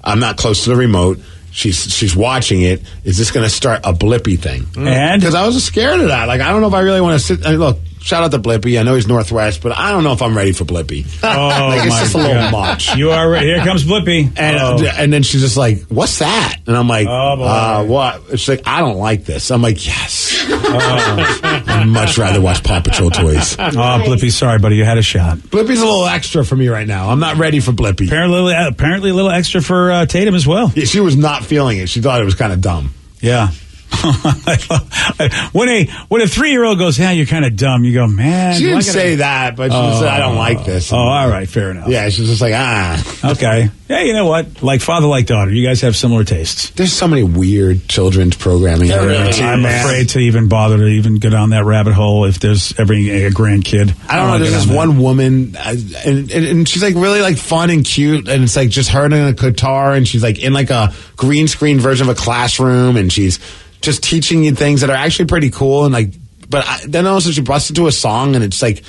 Speaker 4: I'm not close to the remote. She's she's watching it. Is this going to start a blippy thing?
Speaker 1: Mm. And?
Speaker 4: because I was scared of that. Like I don't know if I really want to sit. I mean, look, shout out to Blippy. I know he's Northwest, but I don't know if I'm ready for Blippy.
Speaker 1: oh
Speaker 4: like, it's
Speaker 1: my
Speaker 4: just a
Speaker 1: God.
Speaker 4: little much.
Speaker 1: You are right. Here comes Blippy.
Speaker 4: And, uh,
Speaker 1: Oh.
Speaker 4: and then she's just like, "What's that?" And I'm like,
Speaker 1: Oh, boy.
Speaker 4: uh, "What?" She's like, "I don't like this." I'm like, "Yes, I'd much rather watch Paw Patrol toys."
Speaker 1: Oh, Blippy, sorry, buddy. You had a shot.
Speaker 4: Blippy's a little extra for me right now. I'm not ready for Blippy.
Speaker 1: Apparently, a little- apparently a little extra for uh, Tatum as well.
Speaker 4: Yeah, she was not feeling it. She thought it was kind of dumb.
Speaker 1: Yeah. when a when a three year old goes, yeah, you're kind of dumb. You go, man.
Speaker 4: She
Speaker 1: do I
Speaker 4: didn't
Speaker 1: gotta-"
Speaker 4: say that, but she just said, I don't like this.
Speaker 1: Oh, all right, fair enough.
Speaker 4: Yeah, she's just like, ah.
Speaker 1: Okay. Yeah, you know what? Like father, like daughter. You guys have similar tastes.
Speaker 4: There's so many weird children's programming. out there, too,
Speaker 1: I'm
Speaker 4: man.
Speaker 1: afraid to even bother to even go down that rabbit hole if there's every a grandkid.
Speaker 4: I don't know.
Speaker 1: wanna go
Speaker 4: There's
Speaker 1: down
Speaker 4: this
Speaker 1: that.
Speaker 4: one woman, uh, and, and and she's like really like fun and cute, and it's like just her and a guitar, and she's like in like a green screen version of a classroom, and she's just teaching you things that are actually pretty cool, and like, but I, then also she busts into a song, and it's like.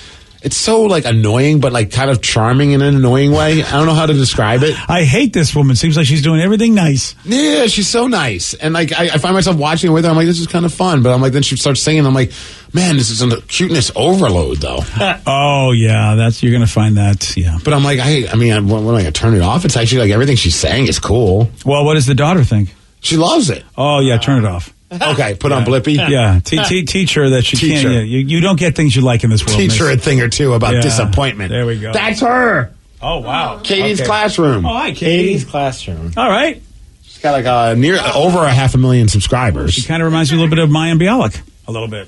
Speaker 4: It's so like annoying, but like kind of charming in an annoying way. I don't know how to describe it.
Speaker 1: I hate this woman. Seems like she's doing everything nice.
Speaker 4: Yeah, she's so nice. And like, I, I find myself watching it with her. I'm like, this is kind of fun. But I'm like, then she starts singing. I'm like, man, this is a cuteness overload, though.
Speaker 1: oh yeah, that's you're gonna find that. Yeah.
Speaker 4: But I'm like, I, I mean, I, when when I turn it off, it's actually like everything she's saying is cool.
Speaker 1: Well, what does the daughter think?
Speaker 4: She loves it.
Speaker 1: Oh yeah, turn it off.
Speaker 4: Okay, put on Blippy.
Speaker 1: Yeah, te- te- teach her that she
Speaker 4: Teach her.
Speaker 1: can't. Yeah, you, you don't get things you like in this world.
Speaker 4: Teach her a
Speaker 1: miss.
Speaker 4: thing or two about
Speaker 1: Yeah,
Speaker 4: disappointment.
Speaker 1: there we go.
Speaker 4: That's her.
Speaker 1: Oh wow,
Speaker 4: Katie's
Speaker 1: Okay.
Speaker 4: classroom.
Speaker 1: Oh hi, Katie.
Speaker 8: Katie's classroom.
Speaker 1: All right.
Speaker 4: She's got like a near over a half a million subscribers.
Speaker 1: Kind of reminds me a little bit of Mayim Bialik. A little bit.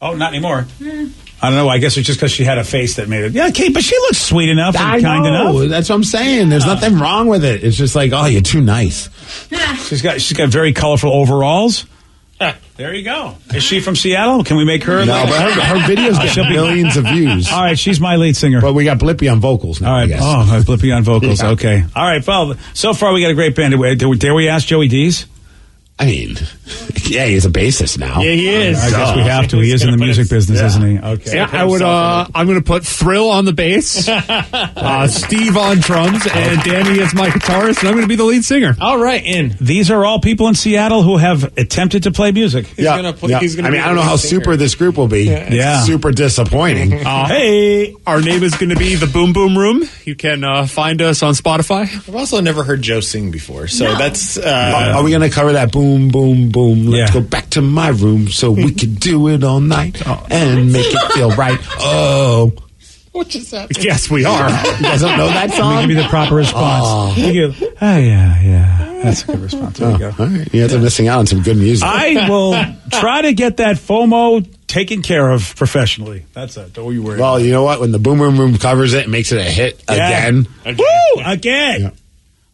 Speaker 1: Oh, not anymore. I don't know. I guess it's just because she had a face that made it. Yeah, Kate, but she looks sweet enough and
Speaker 4: I
Speaker 1: kind
Speaker 4: know.
Speaker 1: enough.
Speaker 4: That's what I'm saying. There's nothing wrong with it. It's just like, oh, you're too nice.
Speaker 1: She's got she's got very colorful overalls. there you go. Is she from Seattle? Can we make her? Oh,
Speaker 4: No, but her, her videos get
Speaker 1: She'll be-
Speaker 4: millions of views.
Speaker 1: All right, she's my lead singer.
Speaker 4: But we got Blippy on vocals now.
Speaker 1: All
Speaker 4: I
Speaker 1: right.
Speaker 4: guess.
Speaker 1: Oh, I'm blipping on vocals.
Speaker 4: Yeah.
Speaker 1: Okay. All right. Well, so far we got a great band. Dare we ask Joey D's?
Speaker 4: I mean, yeah, he's a bassist now.
Speaker 9: Yeah, he is.
Speaker 1: I guess we
Speaker 9: Duh.
Speaker 1: have to. He is in the music business, isn't he? Okay.
Speaker 10: Yeah, I would. Uh, I'm going to put Thrill on the bass, uh, Steve on drums, and Danny as my guitarist, and I'm going to be the lead singer.
Speaker 1: All right, in these are all people in Seattle who have attempted to play music.
Speaker 4: yeah, yeah. I mean, I don't know how super this group will be.
Speaker 10: Yeah.
Speaker 4: It's
Speaker 10: Yeah.
Speaker 4: super disappointing.
Speaker 10: Uh,
Speaker 1: Uh-huh.
Speaker 10: hey, our name is going to be the Boom Boom Room. You can uh, find us on Spotify. I've also never heard Joe sing before, so that's
Speaker 4: Are- Are we going to cover that? Boom, boom, boom. Let's go back to my room so we can do it all night
Speaker 1: Oh.
Speaker 4: and make it feel right. Oh,
Speaker 5: What just happened?
Speaker 4: yes, we are. You guys don't know that song?
Speaker 1: Let me give you the proper response.
Speaker 4: Oh.
Speaker 1: You give- oh, yeah, yeah. That's a good response. There you go.
Speaker 4: All right. You guys are missing out on some good music.
Speaker 1: I will try to get that FOMO taken care of professionally. That's it. Don't you worry.
Speaker 4: Well, you know what? When the boom, boom, boom covers it and makes it a hit
Speaker 1: Yeah.
Speaker 4: again.
Speaker 1: Woo! Again.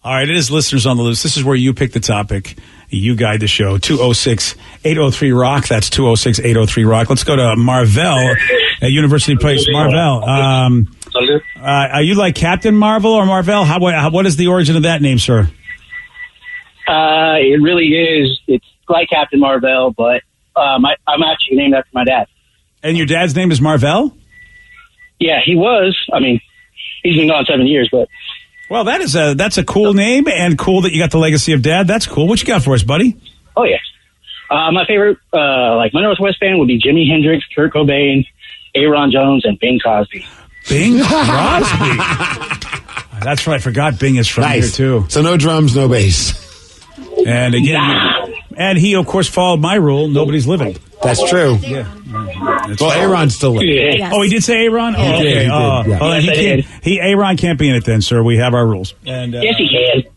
Speaker 1: All right, it is listeners on the loose. This is where you pick the topic. You guide the show. 206 803 Rock. That's 206 803 Rock. Let's go to Marvell at University Place. Marvell. Um, uh, are you like Captain Marvel or Marvell? How, what- how, what is the origin of that name, sir?
Speaker 11: Uh, it really is. It's like Captain Marvel, but um, I, I'm actually named after my dad.
Speaker 1: And your dad's name is Marvell?
Speaker 11: Yeah, he was. I mean, he's been gone seven years, but
Speaker 1: Well, that is a that's a cool name and cool that you got the legacy of dad. That's cool. What you got for us, buddy?
Speaker 11: oh yeah. Uh, my favorite, uh, like my Northwest band, would be Jimi Hendrix, Kurt Cobain, Aaron Jones, and Bing Crosby.
Speaker 1: Bing Crosby. That's right. I forgot Bing is from
Speaker 4: Nice.
Speaker 1: here too.
Speaker 4: So no drums, no bass.
Speaker 1: And again, and he of course followed my rule. Nobody's living.
Speaker 4: That's true.
Speaker 1: Yeah.
Speaker 4: Well, Aaron's still living.
Speaker 5: Yes.
Speaker 1: Oh, he did say Aaron. Oh,
Speaker 4: He
Speaker 1: okay.
Speaker 4: did, he did,
Speaker 1: Oh,
Speaker 4: yeah.
Speaker 1: well, then
Speaker 4: Yes, I
Speaker 1: he can't. He Aaron can't be in it then, sir. We have our rules. And uh,
Speaker 11: yes, he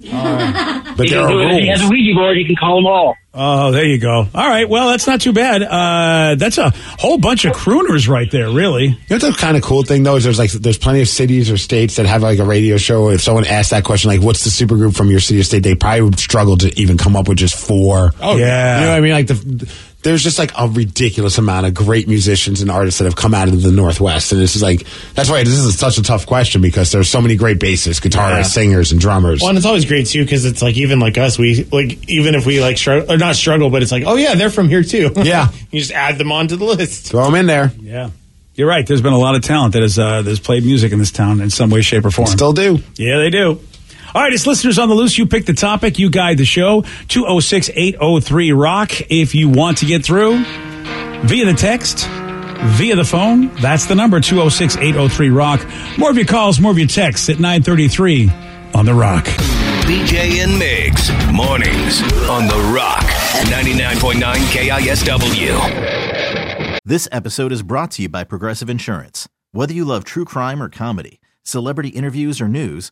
Speaker 11: can.
Speaker 1: but
Speaker 11: he
Speaker 1: there
Speaker 11: can
Speaker 1: are
Speaker 11: do it. If He
Speaker 1: rules.
Speaker 11: has a Ouija board. He can call them all.
Speaker 1: Oh, there you go. All right. Well, that's not too bad. Uh, that's a whole bunch of crooners right there. Really.
Speaker 4: You know what's kind of cool thing though is there's like there's plenty of cities or states that have like a radio show. If someone asked that question, like what's the supergroup from your city or state, they probably would struggle to even come up with just four.
Speaker 1: Oh, yeah.
Speaker 4: you know what I mean? Like the there's just like a ridiculous amount of great musicians and artists that have come out of the Northwest, and this is like that's why this is such a tough question because there's so many great bassists, guitarists,
Speaker 9: Yeah.
Speaker 4: singers, and drummers.
Speaker 9: Well, and it's always great too because it's like even like us, we like even if we like struggle or not struggle, but it's like oh yeah, they're from here too.
Speaker 4: Yeah,
Speaker 9: you just add them onto the list.
Speaker 4: Throw them in there.
Speaker 1: Yeah. You're right. There's been a lot of talent that has uh, that's played music in this town in some way, shape, or form.
Speaker 4: Still do.
Speaker 1: Yeah, they do. All right, it's listeners on the loose. You pick the topic, you guide the show. 206 803 Rock. If you want to get through via the text, via the phone, that's the number 206 803 Rock. More of your calls, more of your texts at 933 on The Rock.
Speaker 5: BJ and Migs, mornings on The Rock, 99.9 KISW.
Speaker 12: This episode is brought to you by Progressive Insurance. Whether you love true crime or comedy, celebrity interviews or news,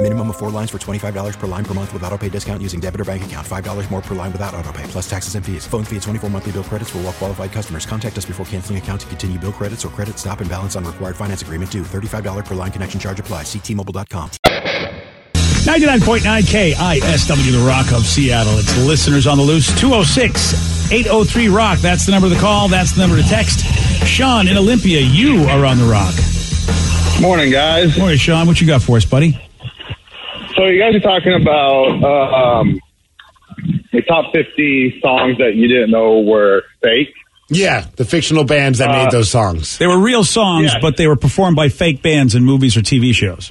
Speaker 13: Minimum of four lines for $25 per line per month with auto pay discount using debit or bank account. $5 more per line without auto pay, plus taxes and fees. Phone fee at 24 monthly bill credits for all qualified customers. Contact us before canceling account to continue bill credits or credit stop and balance on required finance agreement due. $35 per line connection charge apply. Ctmobile.com.
Speaker 1: 99.9 KISW, The Rock of Seattle. It's listeners on the loose. 206 803 Rock. That's the number of the call. That's the number to text. Sean in Olympia, you are on The Rock.
Speaker 14: Morning, guys.
Speaker 1: Morning, Sean. What you got for us, buddy?
Speaker 14: So you guys are talking about uh, um, the top 50 songs that you didn't know were fake.
Speaker 4: Yeah, the fictional bands that
Speaker 14: Uh,
Speaker 4: made those songs.
Speaker 1: They were real songs, but they were performed by fake bands in movies or TV shows.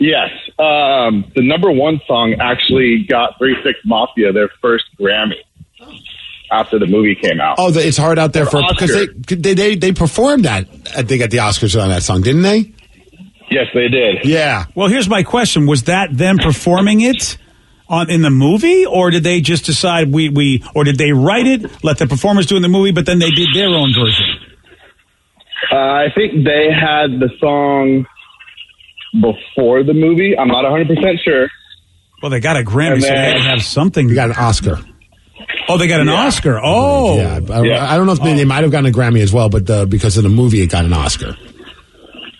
Speaker 14: Yes. Um, the number one song actually got 3 6 Mafia their first Grammy after the movie came out.
Speaker 4: Oh, the, it's hard out there
Speaker 14: Or
Speaker 4: for because
Speaker 14: Oscar.
Speaker 4: they, they they they performed that. I think at the Oscars on that song, didn't they?
Speaker 14: Yes, they did.
Speaker 4: Yeah.
Speaker 1: Well, here's my question: Was that them performing it on in the movie, or did they just decide we we, or did they write it, let the performers do in the movie, but then they did their own version?
Speaker 14: Uh, I think they had the song before the movie. I'm not 100% sure.
Speaker 1: Well, they got a Grammy,
Speaker 14: And
Speaker 1: so they had
Speaker 14: then-
Speaker 1: to have something. They
Speaker 4: got an Oscar.
Speaker 1: Oh, they got an Oscar. Oh,
Speaker 4: yeah. I, I don't know if they, they might have gotten a Grammy as well, but the, because of the movie, it got an Oscar.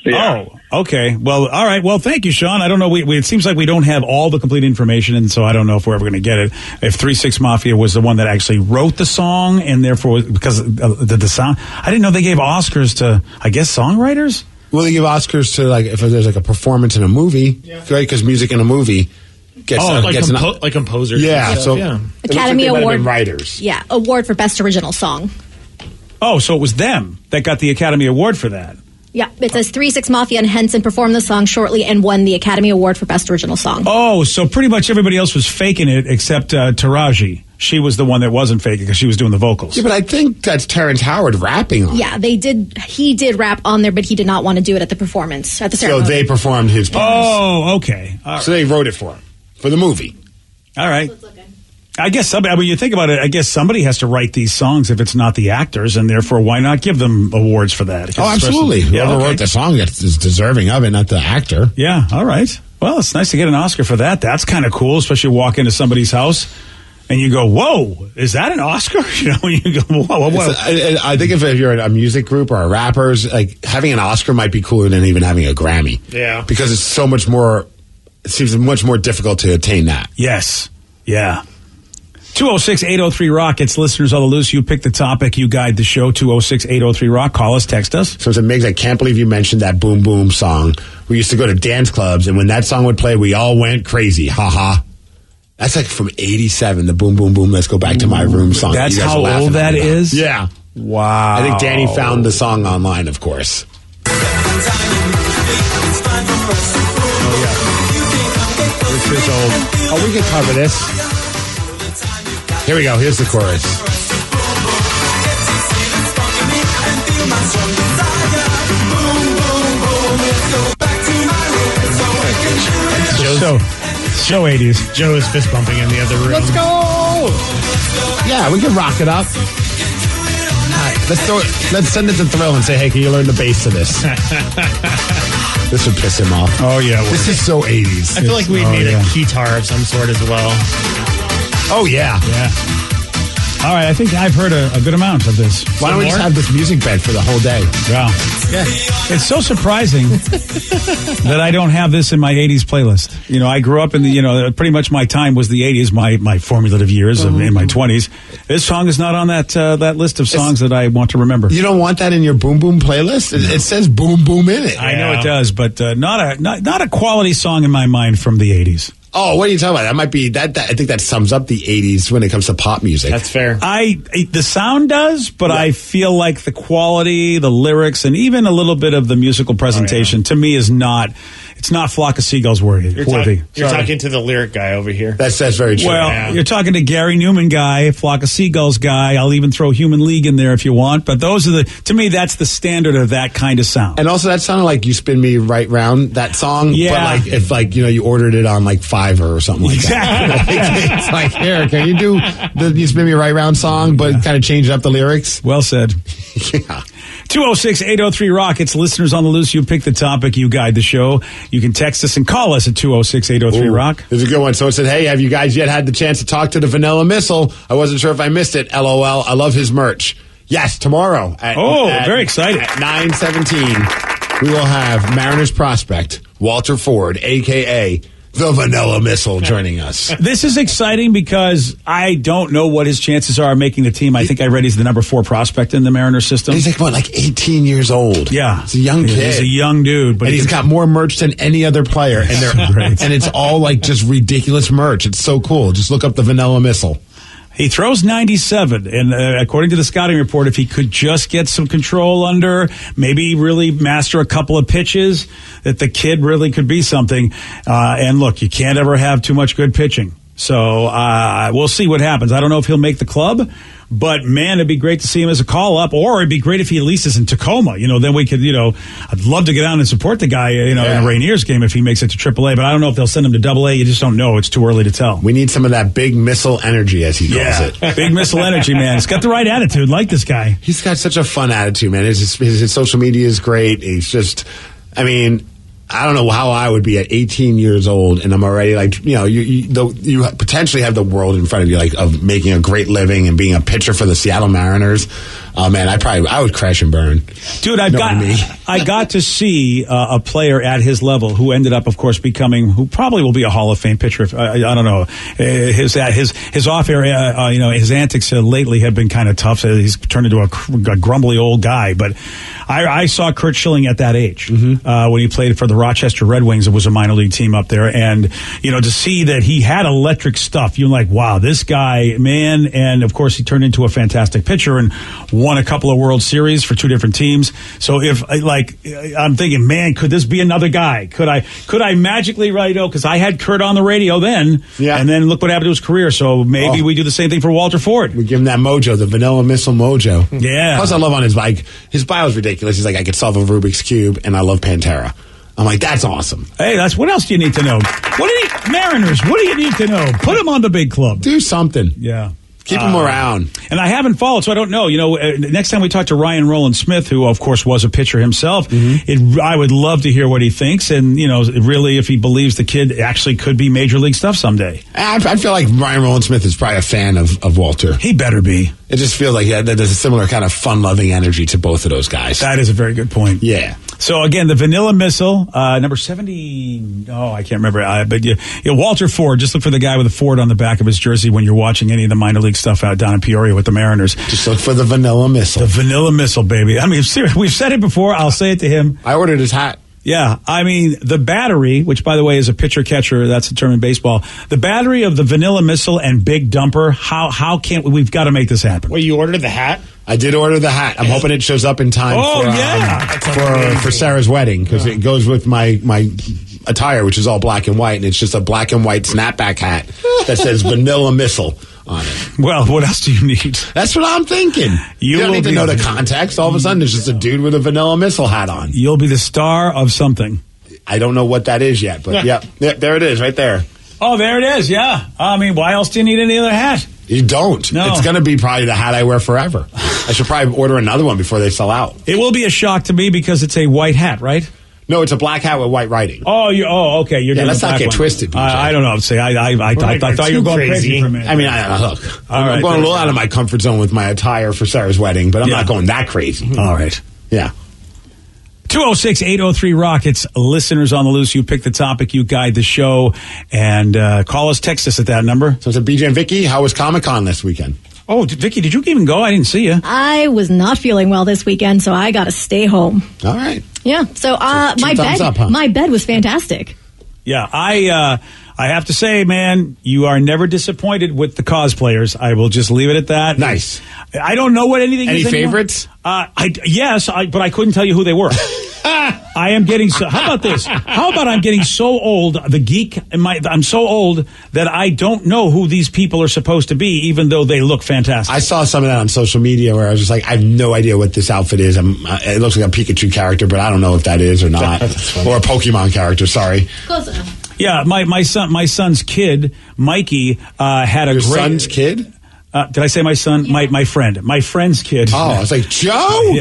Speaker 1: Oh, okay. Well, all right. Well, thank you, Sean. I don't know. We, we, it seems like we don't have all the complete information, and so I don't know if we're ever going to get it. If Three Six Mafia was the one that actually wrote the song, and therefore because uh, the, the sound, I didn't know they gave Oscars to, I guess, songwriters.
Speaker 4: Well, they give Oscars to like if there's like a performance in a movie, right? Because music in a movie gets
Speaker 9: oh,
Speaker 4: uh,
Speaker 9: like,
Speaker 4: gets
Speaker 9: compo-
Speaker 4: an,
Speaker 9: like composers.
Speaker 4: yeah.
Speaker 9: and stuff,
Speaker 4: so
Speaker 9: yeah.
Speaker 4: it looks
Speaker 6: Academy
Speaker 4: like they might have
Speaker 6: Award
Speaker 4: been writers.
Speaker 6: Yeah, award for best original song.
Speaker 1: Oh, so it was them that got the Academy Award for that.
Speaker 6: Yeah, it says Three Six Mafia and Henson performed the song shortly and won the Academy Award for best original song.
Speaker 1: Oh, so pretty much everybody else was faking it except uh, Taraji. She was the one that wasn't faking because she was doing the vocals.
Speaker 4: Yeah, but I think that's Terrence Howard rapping on. it.
Speaker 6: Yeah, they did. He did rap on there, but he did not want to do it at the performance at the
Speaker 4: So
Speaker 6: ceremony.
Speaker 4: they performed his.
Speaker 1: Oh, okay.
Speaker 4: So they wrote it for him for the movie.
Speaker 1: All right. I guess somebody, I mean, you think about it, I guess somebody has to write these songs if it's not the actors, and therefore, why not give them awards for that?
Speaker 4: Oh, absolutely.
Speaker 1: Especially-
Speaker 4: Whoever wrote the song is is deserving of it, not the actor.
Speaker 1: Yeah, all right. Well, it's nice to get an Oscar for that. That's kind of cool, especially you walk into somebody's house and you go, whoa, is that an Oscar? You know, you go, whoa, whoa, whoa.
Speaker 4: It's- I, I- I think if you're in a music group or a rapper's, like having an Oscar might be cooler than even having a Grammy.
Speaker 1: Yeah.
Speaker 4: because it's so much more. It seems much more difficult to attain that.
Speaker 1: Yes. oh Yeah. 206 803 Rock. It's listeners on the loose. You pick the topic, you guide the show. 206 803 Rock. Call us, text us.
Speaker 4: So it's amazing. I can't believe you mentioned that Boom Boom song. We used to go to dance clubs, and when that song would play, we all went crazy. Ha ha. That's like from '87. The Boom Boom Boom. Let's go back to my room song.
Speaker 1: That's
Speaker 4: You guys are
Speaker 1: how
Speaker 4: laughing
Speaker 1: old that
Speaker 4: at me now.
Speaker 1: is?
Speaker 4: Yeah.
Speaker 1: Wow.
Speaker 4: I think Danny found the song online, of course. Oh, we can cover this. Here we go. Here's the chorus.
Speaker 1: So, so 80s.
Speaker 9: Joe is fist bumping in the other room.
Speaker 4: Let's go. Yeah, we can rock it up. All right, let's throw it. Let's send it to Thrill and say, "Hey, can you learn the bass to this?" this would piss him off.
Speaker 1: Oh yeah, Oh,
Speaker 4: this is so eighties.
Speaker 9: I feel like we need a guitar of some sort as well.
Speaker 4: Oh yeah,
Speaker 1: yeah. All right, I think I've heard a, a good amount of this.
Speaker 4: Why don't we just have this music bed for the whole day?
Speaker 1: Wow. Yeah. It's so surprising that I don't have this in my 80s playlist. You know, I grew up in the, you know, pretty much my time was the 80s, my, my formulative years of,
Speaker 4: Mm-hmm.
Speaker 1: in my 20s. This song is not on that uh, that list of songs that I want to remember.
Speaker 4: You don't want that in your boom boom playlist. It, it says boom boom in it.
Speaker 1: I know it does, but uh, not a not, not a quality song in my mind from the 80s.
Speaker 4: Oh, what are you talking about? That might be that. that I think that sums up the '80s when it comes to pop music. That's
Speaker 9: fair.
Speaker 1: I it- the sound does, but I feel like the quality, the lyrics, and even a little bit of the musical presentation to me is not. It's not flock of seagulls worthy.
Speaker 9: Oh, You're, talk-
Speaker 1: worthy.
Speaker 9: you're
Speaker 1: Sorry.
Speaker 9: talking to the lyric guy over here.
Speaker 4: That's that's very true.
Speaker 1: Well,
Speaker 9: Yeah.
Speaker 1: you're talking to Gary Newman guy, flock of seagulls guy. I'll even throw Human League in there if you want. But those are the to me that's the standard of that kind of sound.
Speaker 4: And also, that sounded like you spin me right round that song. But
Speaker 1: Yeah.
Speaker 4: like if like you know you ordered it on like Fiverr or something like that. it's like here, can you do the you spin me right round song, but kind of changing up the lyrics?
Speaker 1: Well said.
Speaker 4: yeah.
Speaker 1: 206 803 Rock. It's listeners on the loose. You pick the topic, you guide the show. You can text us and call us at 206 803 Rock.
Speaker 4: There's a good one. So it said, "Hey, have you guys yet had the chance to talk to the Vanilla Missile? I wasn't sure if I missed it. LOL. I love his merch. Yes, tomorrow. At,
Speaker 1: Oh,
Speaker 4: at-
Speaker 1: very excited.
Speaker 4: At nine seventeen, we will have Mariners prospect Walter Ford, aka the Vanilla Missile, joining us.
Speaker 1: This is exciting because I don't know what his chances are of making the team. I think I read he's the number four prospect in the Mariner system.
Speaker 4: He's like what, like 18 years old.
Speaker 1: Yeah.
Speaker 4: he's a young
Speaker 1: He's
Speaker 4: kid.
Speaker 1: a young dude, but
Speaker 4: and he's
Speaker 1: he-
Speaker 4: got more merch than any other player, and they're
Speaker 1: Great.
Speaker 4: and it's all like just ridiculous merch. It's so cool. Just look up the Vanilla Missile.
Speaker 1: He throws 97, and uh, according to the scouting report, if he could just get some control under, maybe really master a couple of pitches, that the kid really could be something. Uh, and look, you can't ever have too much good pitching. So uh, we'll see what happens. I don't know if he'll make the club, but man, it'd be great to see him as a call up, or it'd be great if he at least is in Tacoma. You know, then we could, you know, I'd love to get down and support the guy, you know, in a Rainiers game if he makes it to AAA, but I don't know if they'll send him to Double A. You just don't know. It's too early to tell.
Speaker 4: We need some of that big missile energy, as he calls
Speaker 1: Yeah.
Speaker 4: it.
Speaker 1: Big missile energy, man. He's got the right attitude. Like this guy.
Speaker 4: He's got such a fun attitude, man. His, his, his social media is great. He's just, I mean, I don't know how I would be at 18 years old and I'm already like, you know, you you, the, you potentially have the world in front of you, like of making a great living and being a pitcher for the Seattle Mariners. Oh man, I probably I would crash and burn,
Speaker 1: dude. I've got I got to see uh, a player at his level who ended up, of course, becoming who probably will be a Hall of Fame pitcher. If, I, I don't know uh, his uh, his his off air, uh, uh, you know, his antics uh, lately have been kind of tough. So he's turned into a, cr- a grumbly old guy. But I, I saw Kurt Schilling at that age uh, when he played for the Rochester Red Wings. It was a minor league team up there, and you know, to see that he had electric stuff, you're like, wow, this guy, man. And of course, he turned into a fantastic pitcher and won a couple of World Series for two different teams. So if I- like I'm thinking, man, could this be another guy? Could I could I magically right know because I had Kurt on the radio then, yeah. and then look what happened to his career. So maybe we do the same thing for Walter Ford.
Speaker 4: Oh. We give him that mojo, the vanilla missile mojo.
Speaker 1: Yeah.
Speaker 4: Plus, I love on his bike. His bio is ridiculous. He's like, I could solve a Rubik's cube, and I love Pantera. I'm like, that's awesome.
Speaker 1: Hey, that's what else do you need to know? What do you, Mariners? What do you need to know? Put him on the big club.
Speaker 4: Do something.
Speaker 1: Yeah. Uh,
Speaker 4: Keep him around.
Speaker 1: And I haven't followed, so I don't know. You know, uh, next time we talk to Ryan Roland Smith, who of course was a pitcher himself,
Speaker 4: Mm-hmm.
Speaker 1: it, I would love to hear what he thinks, and you know, really, if he believes the kid actually could be major league stuff someday.
Speaker 4: I, I feel like Ryan Roland Smith is probably a fan of, of Walter.
Speaker 1: He better be.
Speaker 4: It just feels like yeah, that there's a similar kind of fun loving energy to both of those guys.
Speaker 1: That is a very good point.
Speaker 4: Yeah.
Speaker 1: So again, the Vanilla Missile, uh, number seventy. Oh, I can't remember. Uh, but yeah, yeah, Walter Ford. Just look for the guy with a Ford on the back of his jersey when you're watching any of the minor league stuff out down in Peoria with the Mariners.
Speaker 4: Just look for the Vanilla Missile.
Speaker 1: The Vanilla Missile, baby. I mean, seriously, we've said it before. I'll say it to him.
Speaker 4: I ordered his hat.
Speaker 1: Yeah, I mean the battery, which by the way is a pitcher catcher. That's a term in baseball. The battery of the Vanilla Missile and Big Dumper. How how can't we? We've got to make this happen.
Speaker 9: Wait, you ordered the hat?
Speaker 4: I did order the hat. I'm hoping it shows up in time
Speaker 1: Oh,
Speaker 4: for, um,
Speaker 1: yeah. That's
Speaker 4: for,
Speaker 1: amazing.
Speaker 4: for Sarah's wedding because it goes with my, my attire, which is all black and white. And it's just a black and white snapback hat that says Vanilla Missile on it.
Speaker 1: Well, what else do you need?
Speaker 4: That's what I'm thinking. You, don't
Speaker 1: will
Speaker 4: need to
Speaker 1: be-
Speaker 4: know the context. All of a sudden, there's just a dude with a Vanilla Missile hat on.
Speaker 1: You'll be the star of something.
Speaker 4: I don't know what that is yet, but
Speaker 1: Yeah.
Speaker 4: yep, yep, there it is, right there.
Speaker 1: Oh, there it is. Yeah. I mean, why else do you need any other hat?
Speaker 4: You don't.
Speaker 1: No.
Speaker 4: It's going to be probably the hat I wear forever. I should probably order another one before they sell out.
Speaker 1: It will be a shock to me because it's a white hat, right?
Speaker 4: No, it's a black hat with white writing.
Speaker 1: Oh, you. Oh, okay. You're
Speaker 4: Yeah,
Speaker 1: doing
Speaker 4: let's
Speaker 1: the
Speaker 4: not
Speaker 1: black
Speaker 4: get
Speaker 1: one.
Speaker 4: twisted,
Speaker 1: I, I don't know. See, I, I, I, I, I, thought you were going crazy. for a minute.
Speaker 4: I mean, I, look,
Speaker 1: All
Speaker 4: I'm
Speaker 1: right,
Speaker 4: going a
Speaker 1: there's-
Speaker 4: little out of my comfort zone with my attire for Sarah's wedding, but I'm
Speaker 1: Yeah. Mm-hmm.
Speaker 4: not going that crazy.
Speaker 1: All right.
Speaker 4: Yeah.
Speaker 1: 206 803 Rockets. Listeners on the loose, you pick the topic, you guide the show, and uh, call us, text us at that number.
Speaker 4: So it's a BJ and Vicky. How was Comic Con this weekend?
Speaker 1: Oh, did, Vicky, did you even go? I didn't see you.
Speaker 6: I was not feeling well this weekend, so I got to stay home.
Speaker 4: All right.
Speaker 6: Yeah. So uh,
Speaker 1: So two
Speaker 6: my
Speaker 1: thumbs
Speaker 6: bed,
Speaker 1: up, huh?
Speaker 6: my bed was fantastic.
Speaker 1: Yeah, I uh, I have to say, man, you are never disappointed with the cosplayers. I will just leave it at that. Nice. I don't know what anything.
Speaker 4: Any
Speaker 1: is anymore.
Speaker 4: favorites?
Speaker 1: Uh, I yes, I, but I couldn't tell you who they were. I am getting so. How about this? How about I'm getting so old? The geek, in my, I'm so old that I don't know who these people are supposed to be, even though they look fantastic.
Speaker 4: I saw some of that on social media where I was just like, I have no idea what this outfit is. I'm, uh, it looks like a Pikachu character, but I don't know if that is or not. or a Pokemon character, sorry.
Speaker 6: Close enough.
Speaker 1: Yeah, my, my son, my son's kid, Mikey, uh, had a
Speaker 4: Your
Speaker 1: great
Speaker 4: son's kid.
Speaker 1: Uh, did I say my son? My my friend, my friend's kid.
Speaker 4: Oh, I was like, Joe?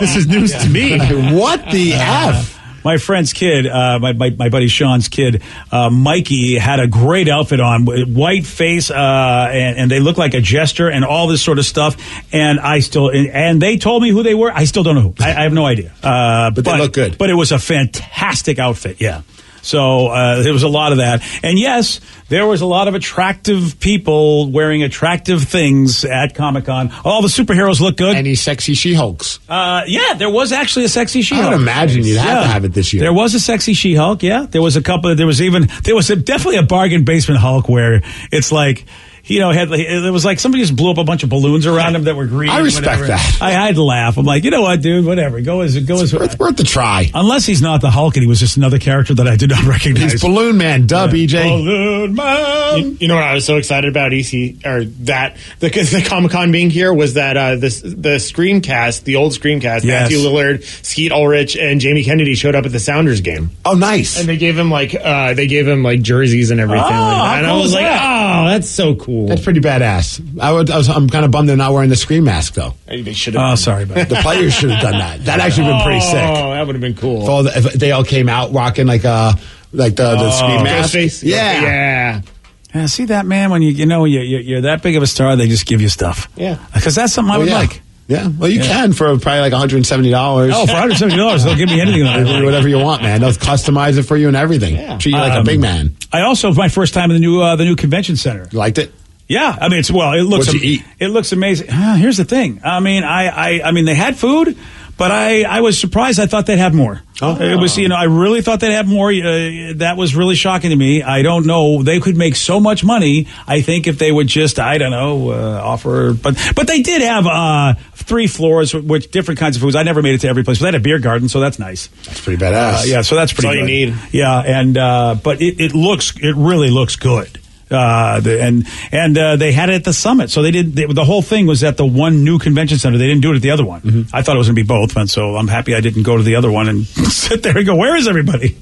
Speaker 1: this is news to me. Uh,
Speaker 4: What the F?
Speaker 1: My friend's kid, uh, my, my my buddy Sean's kid, uh, Mikey had a great outfit on, w- white face, uh, and, and they look like a jester and all this sort of stuff. And I still and, and they told me who they were. I still don't know who. I, I have no idea. Uh, but,
Speaker 4: they look good.
Speaker 1: But it was a fantastic outfit. Yeah. So uh, there was a lot of that, and yes, there was a lot of attractive people wearing attractive things at Comic Con. All the superheroes look good.
Speaker 4: Any sexy She Hulks?
Speaker 1: Uh, yeah, there was actually a sexy She-Hulk.
Speaker 4: I would imagine you'd have
Speaker 1: Yeah.
Speaker 4: to have it this year.
Speaker 1: There was a sexy She-Hulk. Yeah, there was a couple. There was even there was a, definitely a bargain basement Hulk where it's like. you know, had it was like somebody just blew up a bunch of balloons around him that were green.
Speaker 4: I respect
Speaker 1: whatever.
Speaker 4: that.
Speaker 1: I, I'd laugh. I'm like, you know what, dude? Whatever. Go as go as worth,
Speaker 4: worth the try.
Speaker 1: Unless he's not the Hulk and he was just another character that I did not recognize.
Speaker 4: He's Balloon Man, duh, BJ.
Speaker 1: Balloon Man.
Speaker 9: You, you know what I was so excited about EC or that the, 'cause the Comic Con being here was that uh, this the Screamcast, the old
Speaker 1: Yes.
Speaker 9: Screamcast, Matthew Lillard, Skeet Ulrich, and Jamie Kennedy showed up at the Sounders game.
Speaker 4: Oh, nice!
Speaker 9: And they gave him like uh, they gave him like jerseys
Speaker 1: Ah,
Speaker 9: and everything.
Speaker 4: Oh,
Speaker 9: like
Speaker 4: how
Speaker 9: that. And
Speaker 4: cool
Speaker 9: I was
Speaker 4: is
Speaker 9: like,
Speaker 4: that?
Speaker 9: oh, that's so cool.
Speaker 4: That's pretty badass. I would, I was, I'm kind of bummed they're not wearing the screen mask though.
Speaker 9: They should
Speaker 1: have. Oh, sorry, about
Speaker 4: The players should have done that. That actually been pretty sick.
Speaker 9: Oh, that would have been cool.
Speaker 4: If, all the, if they all came out rocking like uh like the, the screen mask.
Speaker 9: Ghostface.
Speaker 4: Yeah.
Speaker 9: yeah.
Speaker 1: Oh. Yeah, see that man when you you know you, you you're that big of a star, they just give you stuff.
Speaker 9: Yeah.
Speaker 1: because that's something I
Speaker 4: Oh,
Speaker 1: would
Speaker 4: yeah.
Speaker 1: like.
Speaker 4: Yeah. Well, you
Speaker 1: Yeah.
Speaker 4: can for probably like 170 dollars.
Speaker 1: Oh, for 170 dollars, they'll give me anything. That I like.
Speaker 4: whatever you want, man. They'll customize it for you and everything. Treat you like a
Speaker 1: Um,
Speaker 4: big man.
Speaker 1: I also my first time in the new uh, the new convention center.
Speaker 4: You liked it?
Speaker 1: Yeah, I mean it's well, it looks
Speaker 4: What'd you eat?
Speaker 1: it looks amazing. Ah, here's the thing. I mean, I, I I mean they had food, but I I was surprised. I thought they'd have more.
Speaker 4: Oh.
Speaker 1: It was you know I really thought they'd have more. Uh, that was really shocking to me. I don't know they could make so much money. I think if they would just I don't know uh, offer, but but they did have uh, three floors with different kinds of foods. I never made it to every place, but they had a beer garden, so that's nice.
Speaker 4: That's pretty badass.
Speaker 1: Uh, yeah, so that's
Speaker 9: That's
Speaker 1: pretty.
Speaker 9: all you
Speaker 1: good.
Speaker 9: need.
Speaker 1: Yeah, and uh, but it, it looks it really looks good. Uh, the, and and uh, they had it at the summit, so they did. They, the whole thing was at the one new convention center. They didn't do it at the other one.
Speaker 4: Mm-hmm.
Speaker 1: I thought it was going to be both, and so I'm happy I didn't go to the other one and sit there and go, "Where is everybody?"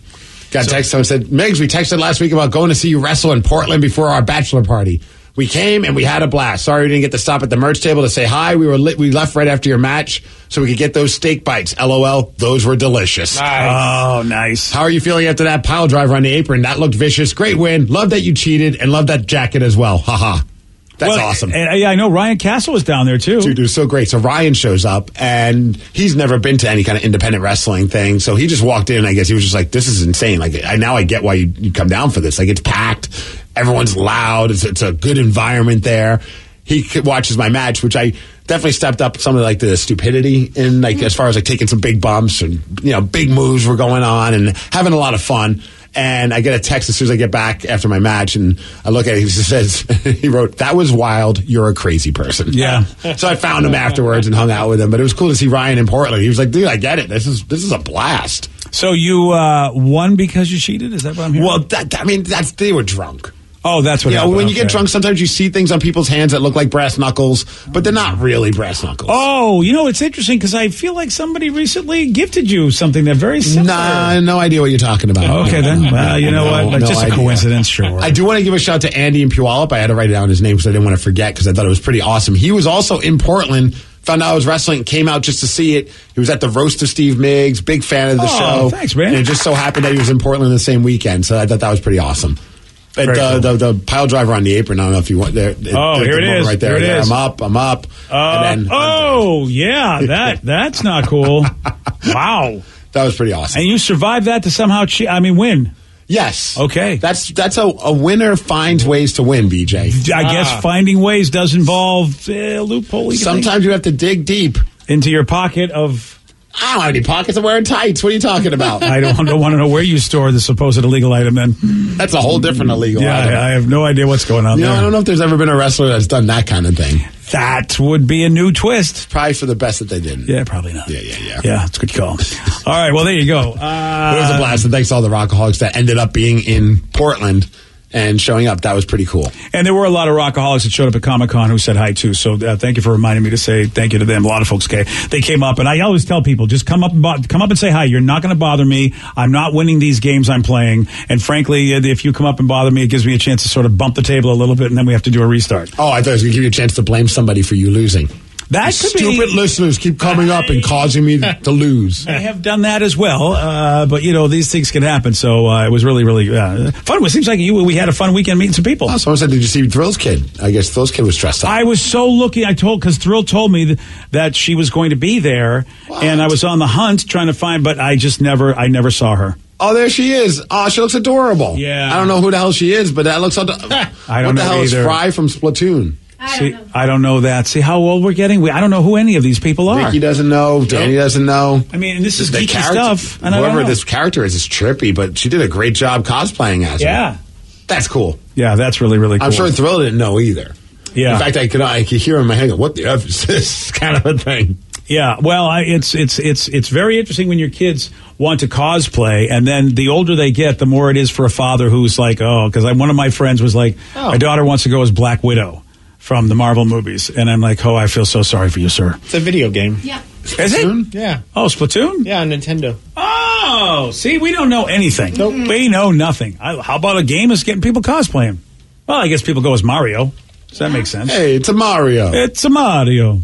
Speaker 4: Got a text. Someone said, Migs, we texted last week about going to see you wrestle in Portland before our bachelor party. We came and we had a blast. Sorry we didn't get to stop at the merch table to say hi. We were lit. We left right after your match so we could get those steak bites. LOL. Those were delicious.
Speaker 1: Oh, nice.
Speaker 4: How are you feeling after that pile driver on the apron? That looked vicious. Great win. Love that you cheated and love that jacket as well. Haha. That's
Speaker 1: Well,
Speaker 4: awesome.
Speaker 1: And, I- I know Ryan Castle was down there too.
Speaker 4: Dude, it was so great. So Ryan shows up, and he's never been to any kind of independent wrestling thing. So he just walked in. I guess he was just like, "This is insane." Like, I now I get why you, you come down for this. Like, it's packed, everyone's loud. It's, it's a good environment there. He c- watches my match, which I definitely stepped up some of like the stupidity in like as far as like taking some big bumps and you know big moves were going on and having a lot of fun. And I get a text as soon as I get back after my match, and I look at it. He says, "He wrote that was wild. You're a crazy person."
Speaker 1: Yeah.
Speaker 4: so I found him afterwards and hung out with him. But it was cool to see Ryan in Portland. He was like, "Dude, I get it. This is this is a blast."
Speaker 1: So you uh, won because you cheated? Is that what I'm hearing?
Speaker 4: Well, that, I mean, that's they were drunk.
Speaker 1: oh, that's what.
Speaker 4: you know,
Speaker 1: happened.
Speaker 4: when you get
Speaker 1: Okay.
Speaker 4: drunk, sometimes you see things on people's hands that look like brass knuckles, but they're not really brass knuckles.
Speaker 1: Oh, you know it's interesting because I feel like somebody recently gifted you something that very similar.
Speaker 4: Nah, no idea what you're talking about.
Speaker 1: Okay, then. Well, you know
Speaker 4: No,
Speaker 1: what?
Speaker 4: no
Speaker 1: Just a
Speaker 4: idea.
Speaker 1: coincidence, sure.
Speaker 4: I do want to give a shout out to Andy in Puyallup. I had to write down his name because I didn't want to forget because I thought it was pretty awesome. He was also in Portland, found out I was wrestling, came out just to see it. He was at the roast of Steve Miggs, big fan of the
Speaker 1: Oh,
Speaker 4: show.
Speaker 1: thanks, man.
Speaker 4: And it just so happened that he was in Portland the same weekend, so I thought that was pretty awesome. But uh,
Speaker 1: Very
Speaker 4: the,
Speaker 1: cool.
Speaker 4: the, the pile driver on the apron, I don't know if you want there.
Speaker 1: Oh,
Speaker 4: the-
Speaker 1: here
Speaker 4: the
Speaker 1: it
Speaker 4: moment
Speaker 1: is.
Speaker 4: Right there.
Speaker 1: Here it
Speaker 4: Yeah,
Speaker 1: is.
Speaker 4: I'm up, I'm up.
Speaker 1: Uh,
Speaker 4: and then
Speaker 1: oh, yeah, that that's not cool. wow.
Speaker 4: that was pretty awesome.
Speaker 1: And you survived that to somehow, che- I mean, win.
Speaker 4: Yes.
Speaker 1: Okay.
Speaker 4: That's that's a, a winner finds ways to win, BJ.
Speaker 1: I guess finding ways does involve uh, loophole. you can think,
Speaker 4: Sometimes you have to dig deep.
Speaker 1: into your pocket of.
Speaker 4: I don't have any pockets. I'm wearing tights. What are you talking about?
Speaker 1: I don't, don't want to know where you store the supposed illegal item. Then,
Speaker 4: That's a whole different illegal
Speaker 1: yeah,
Speaker 4: item.
Speaker 1: I, I have no idea what's going on
Speaker 4: you know, I
Speaker 1: there.
Speaker 4: don't know if there's ever been a wrestler that's done that kind of thing.
Speaker 1: That would be a new twist.
Speaker 4: Probably for the best that they didn't.
Speaker 1: Yeah, probably not.
Speaker 4: yeah, yeah. yeah.
Speaker 1: Yeah, it's a good call. All right, well, there you go. Uh,
Speaker 4: it was a blast, and thanks to all the Rockaholics that ended up being in Portland and showing up. That was pretty cool.
Speaker 1: And there were a lot of rockaholics that showed up at Comic Con who said hi too. So uh, thank you for reminding me to say thank you to them. A lot of folks came. They came up, and I always tell people just come up, and bo- come up and say hi. You're not going to bother me. I'm not winning these games I'm playing. And frankly, uh, if you come up and bother me, it gives me a chance to sort of bump the table a little bit, and then we have to do a restart.
Speaker 4: Oh, I thought it was going to give you a chance to blame somebody for you losing.
Speaker 1: That could be-
Speaker 4: Stupid listeners keep coming up and causing me to lose.
Speaker 1: I have done that as well, uh, but you know these things can happen. So uh, it was really, really uh, fun. It seems like you we had a fun weekend meeting some people.
Speaker 4: Oh, someone said, "Did you see Thrills Kid?" I guess Thrills Kid was dressed up.
Speaker 1: I was so looking. I told because Thrill told me th- that she was going to be there, and I was on the hunt trying to find, but I just never, I never saw her.
Speaker 4: Oh, there she is. Oh, she looks adorable.
Speaker 1: Yeah.
Speaker 4: I don't know who the hell she is, but that looks. Ad-
Speaker 1: I
Speaker 4: what
Speaker 1: don't
Speaker 4: the
Speaker 1: know
Speaker 4: hell is
Speaker 1: either.
Speaker 4: Fry from Splatoon?
Speaker 1: See, I don't know that. See how old we're getting. We, I don't know who any of these people are.
Speaker 4: Ricky doesn't know. Danny doesn't know.
Speaker 1: I mean, and this is
Speaker 4: The
Speaker 1: geeky
Speaker 4: character-
Speaker 1: stuff. And I don't
Speaker 4: whoever
Speaker 1: know.
Speaker 4: this character is is trippy, but she did a great job cosplaying as her.
Speaker 1: yeah.
Speaker 4: That's cool.
Speaker 1: Yeah, that's really really. cool.
Speaker 4: I'm sure Thrill didn't know either.
Speaker 1: Yeah.
Speaker 4: In fact, I could I could hear him. I hang up. What the f is this kind of a thing?
Speaker 1: Yeah, well, I, it's it's it's it's very interesting when your kids want to cosplay, and then the older they get, the more it is for a father who's like, oh, because one of my friends was like,
Speaker 10: Oh.
Speaker 1: my daughter wants to go as Black Widow from the Marvel movies, and I'm like, oh, I feel so sorry for you, sir.
Speaker 9: It's a video game.
Speaker 6: Yeah.
Speaker 1: Is it?
Speaker 9: Yeah.
Speaker 1: Oh, Splatoon.
Speaker 9: Yeah, on Nintendo.
Speaker 1: Oh, see, we don't know anything. Mm-hmm. We know nothing. I, how about a game that's getting people cosplaying? Well, I guess people go as Mario. Does that make sense?
Speaker 4: Hey, it's a Mario.
Speaker 1: It's a Mario.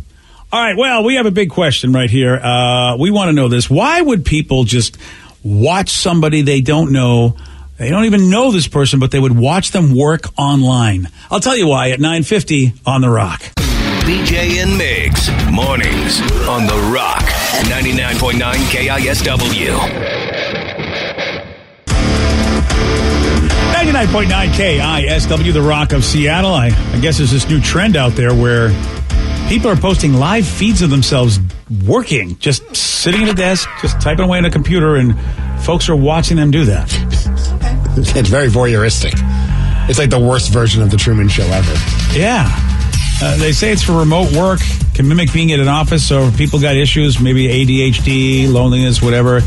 Speaker 1: All right. Well, we have a big question right here. Uh, we want to know this. Why would people just watch somebody they don't know? They don't even know this person, but they would watch them work online. I'll tell you why at 950 on The Rock.
Speaker 5: BJ and Migs, mornings on The Rock, 99.9 KISW.
Speaker 1: 99.9 KISW, The Rock of Seattle. I, I guess there's this new trend out there where people are posting live feeds of themselves working, just sitting at a desk, just typing away on a computer, and folks are watching them do that.
Speaker 4: It's very voyeuristic. It's like the worst version of the Truman Show ever.
Speaker 1: Yeah. Uh, they say it's for remote work, can mimic being at an office, so if people got issues, maybe ADHD, loneliness, whatever. uh,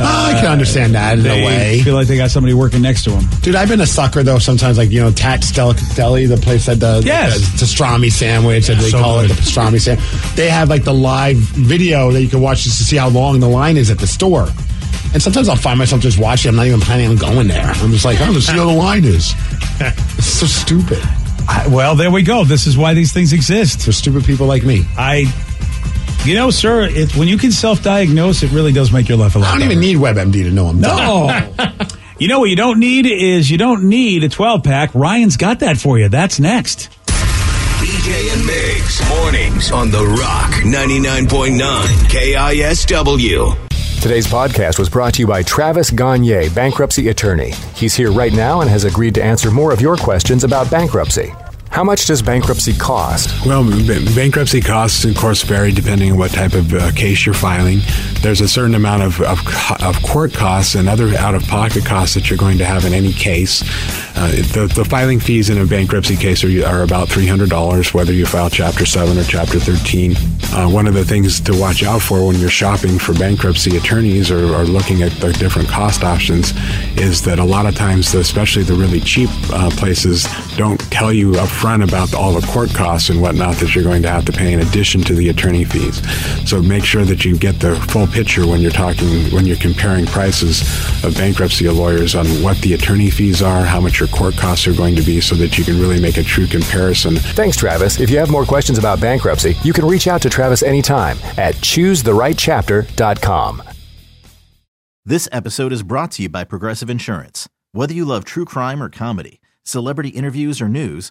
Speaker 4: I can understand that in a
Speaker 1: they
Speaker 4: way.
Speaker 1: feel like they got somebody working next to them.
Speaker 4: Dude, I've been a sucker though. Sometimes, like you know, Tat's Del- Deli, the place that does
Speaker 1: Yes.
Speaker 4: the pastrami sandwich, and they
Speaker 1: so
Speaker 4: call it the pastrami sandwich. They have like the live video that you can watch just to see how long the line is at the store. And sometimes I'll find myself just watching. I'm not even planning on going there. I'm just like, oh, let's see how the line is. it's so stupid.
Speaker 1: I, well, there we go. This is why these things exist.
Speaker 4: For stupid people like me.
Speaker 1: I, you know, sir, it, when you can self diagnose, it really does make your life a lot
Speaker 4: I don't even need WebMD to know I'm dumb.
Speaker 1: No. you know what you don't need is you don't need a 12 pack. Ryan's got that for you. That's next.
Speaker 5: BJ and Migs, mornings on The Rock, 99.9 KISW.
Speaker 15: Today's podcast was brought to you by Travis Gagne, bankruptcy attorney. He's here right now and has agreed to answer more of your questions about bankruptcy. How much does bankruptcy cost?
Speaker 2: Well, b- bankruptcy costs, of course, vary depending on what type of uh, case you're filing. There's a certain amount of, of, co- of court costs and other out of pocket costs that you're going to have in any case. Uh, the, the filing fees in a bankruptcy case are, are about $300, whether you file Chapter 7 or Chapter 13. Uh, one of the things to watch out for when you're shopping for bankruptcy attorneys or, or looking at the different cost options is that a lot of times, especially the really cheap uh, places, don't tell you upfront about all the court costs and whatnot that you're going to have to pay in addition to the attorney fees. So make sure that you get the full picture when you're talking, when you're comparing prices of bankruptcy lawyers on what the attorney fees are, how much your court costs are going to be, so that you can really make a true comparison.
Speaker 15: Thanks, Travis. If you have more questions about bankruptcy, you can reach out to Travis anytime at choosetherightchapter.com.
Speaker 12: This episode is brought to you by Progressive Insurance. Whether you love true crime or comedy, celebrity interviews or news,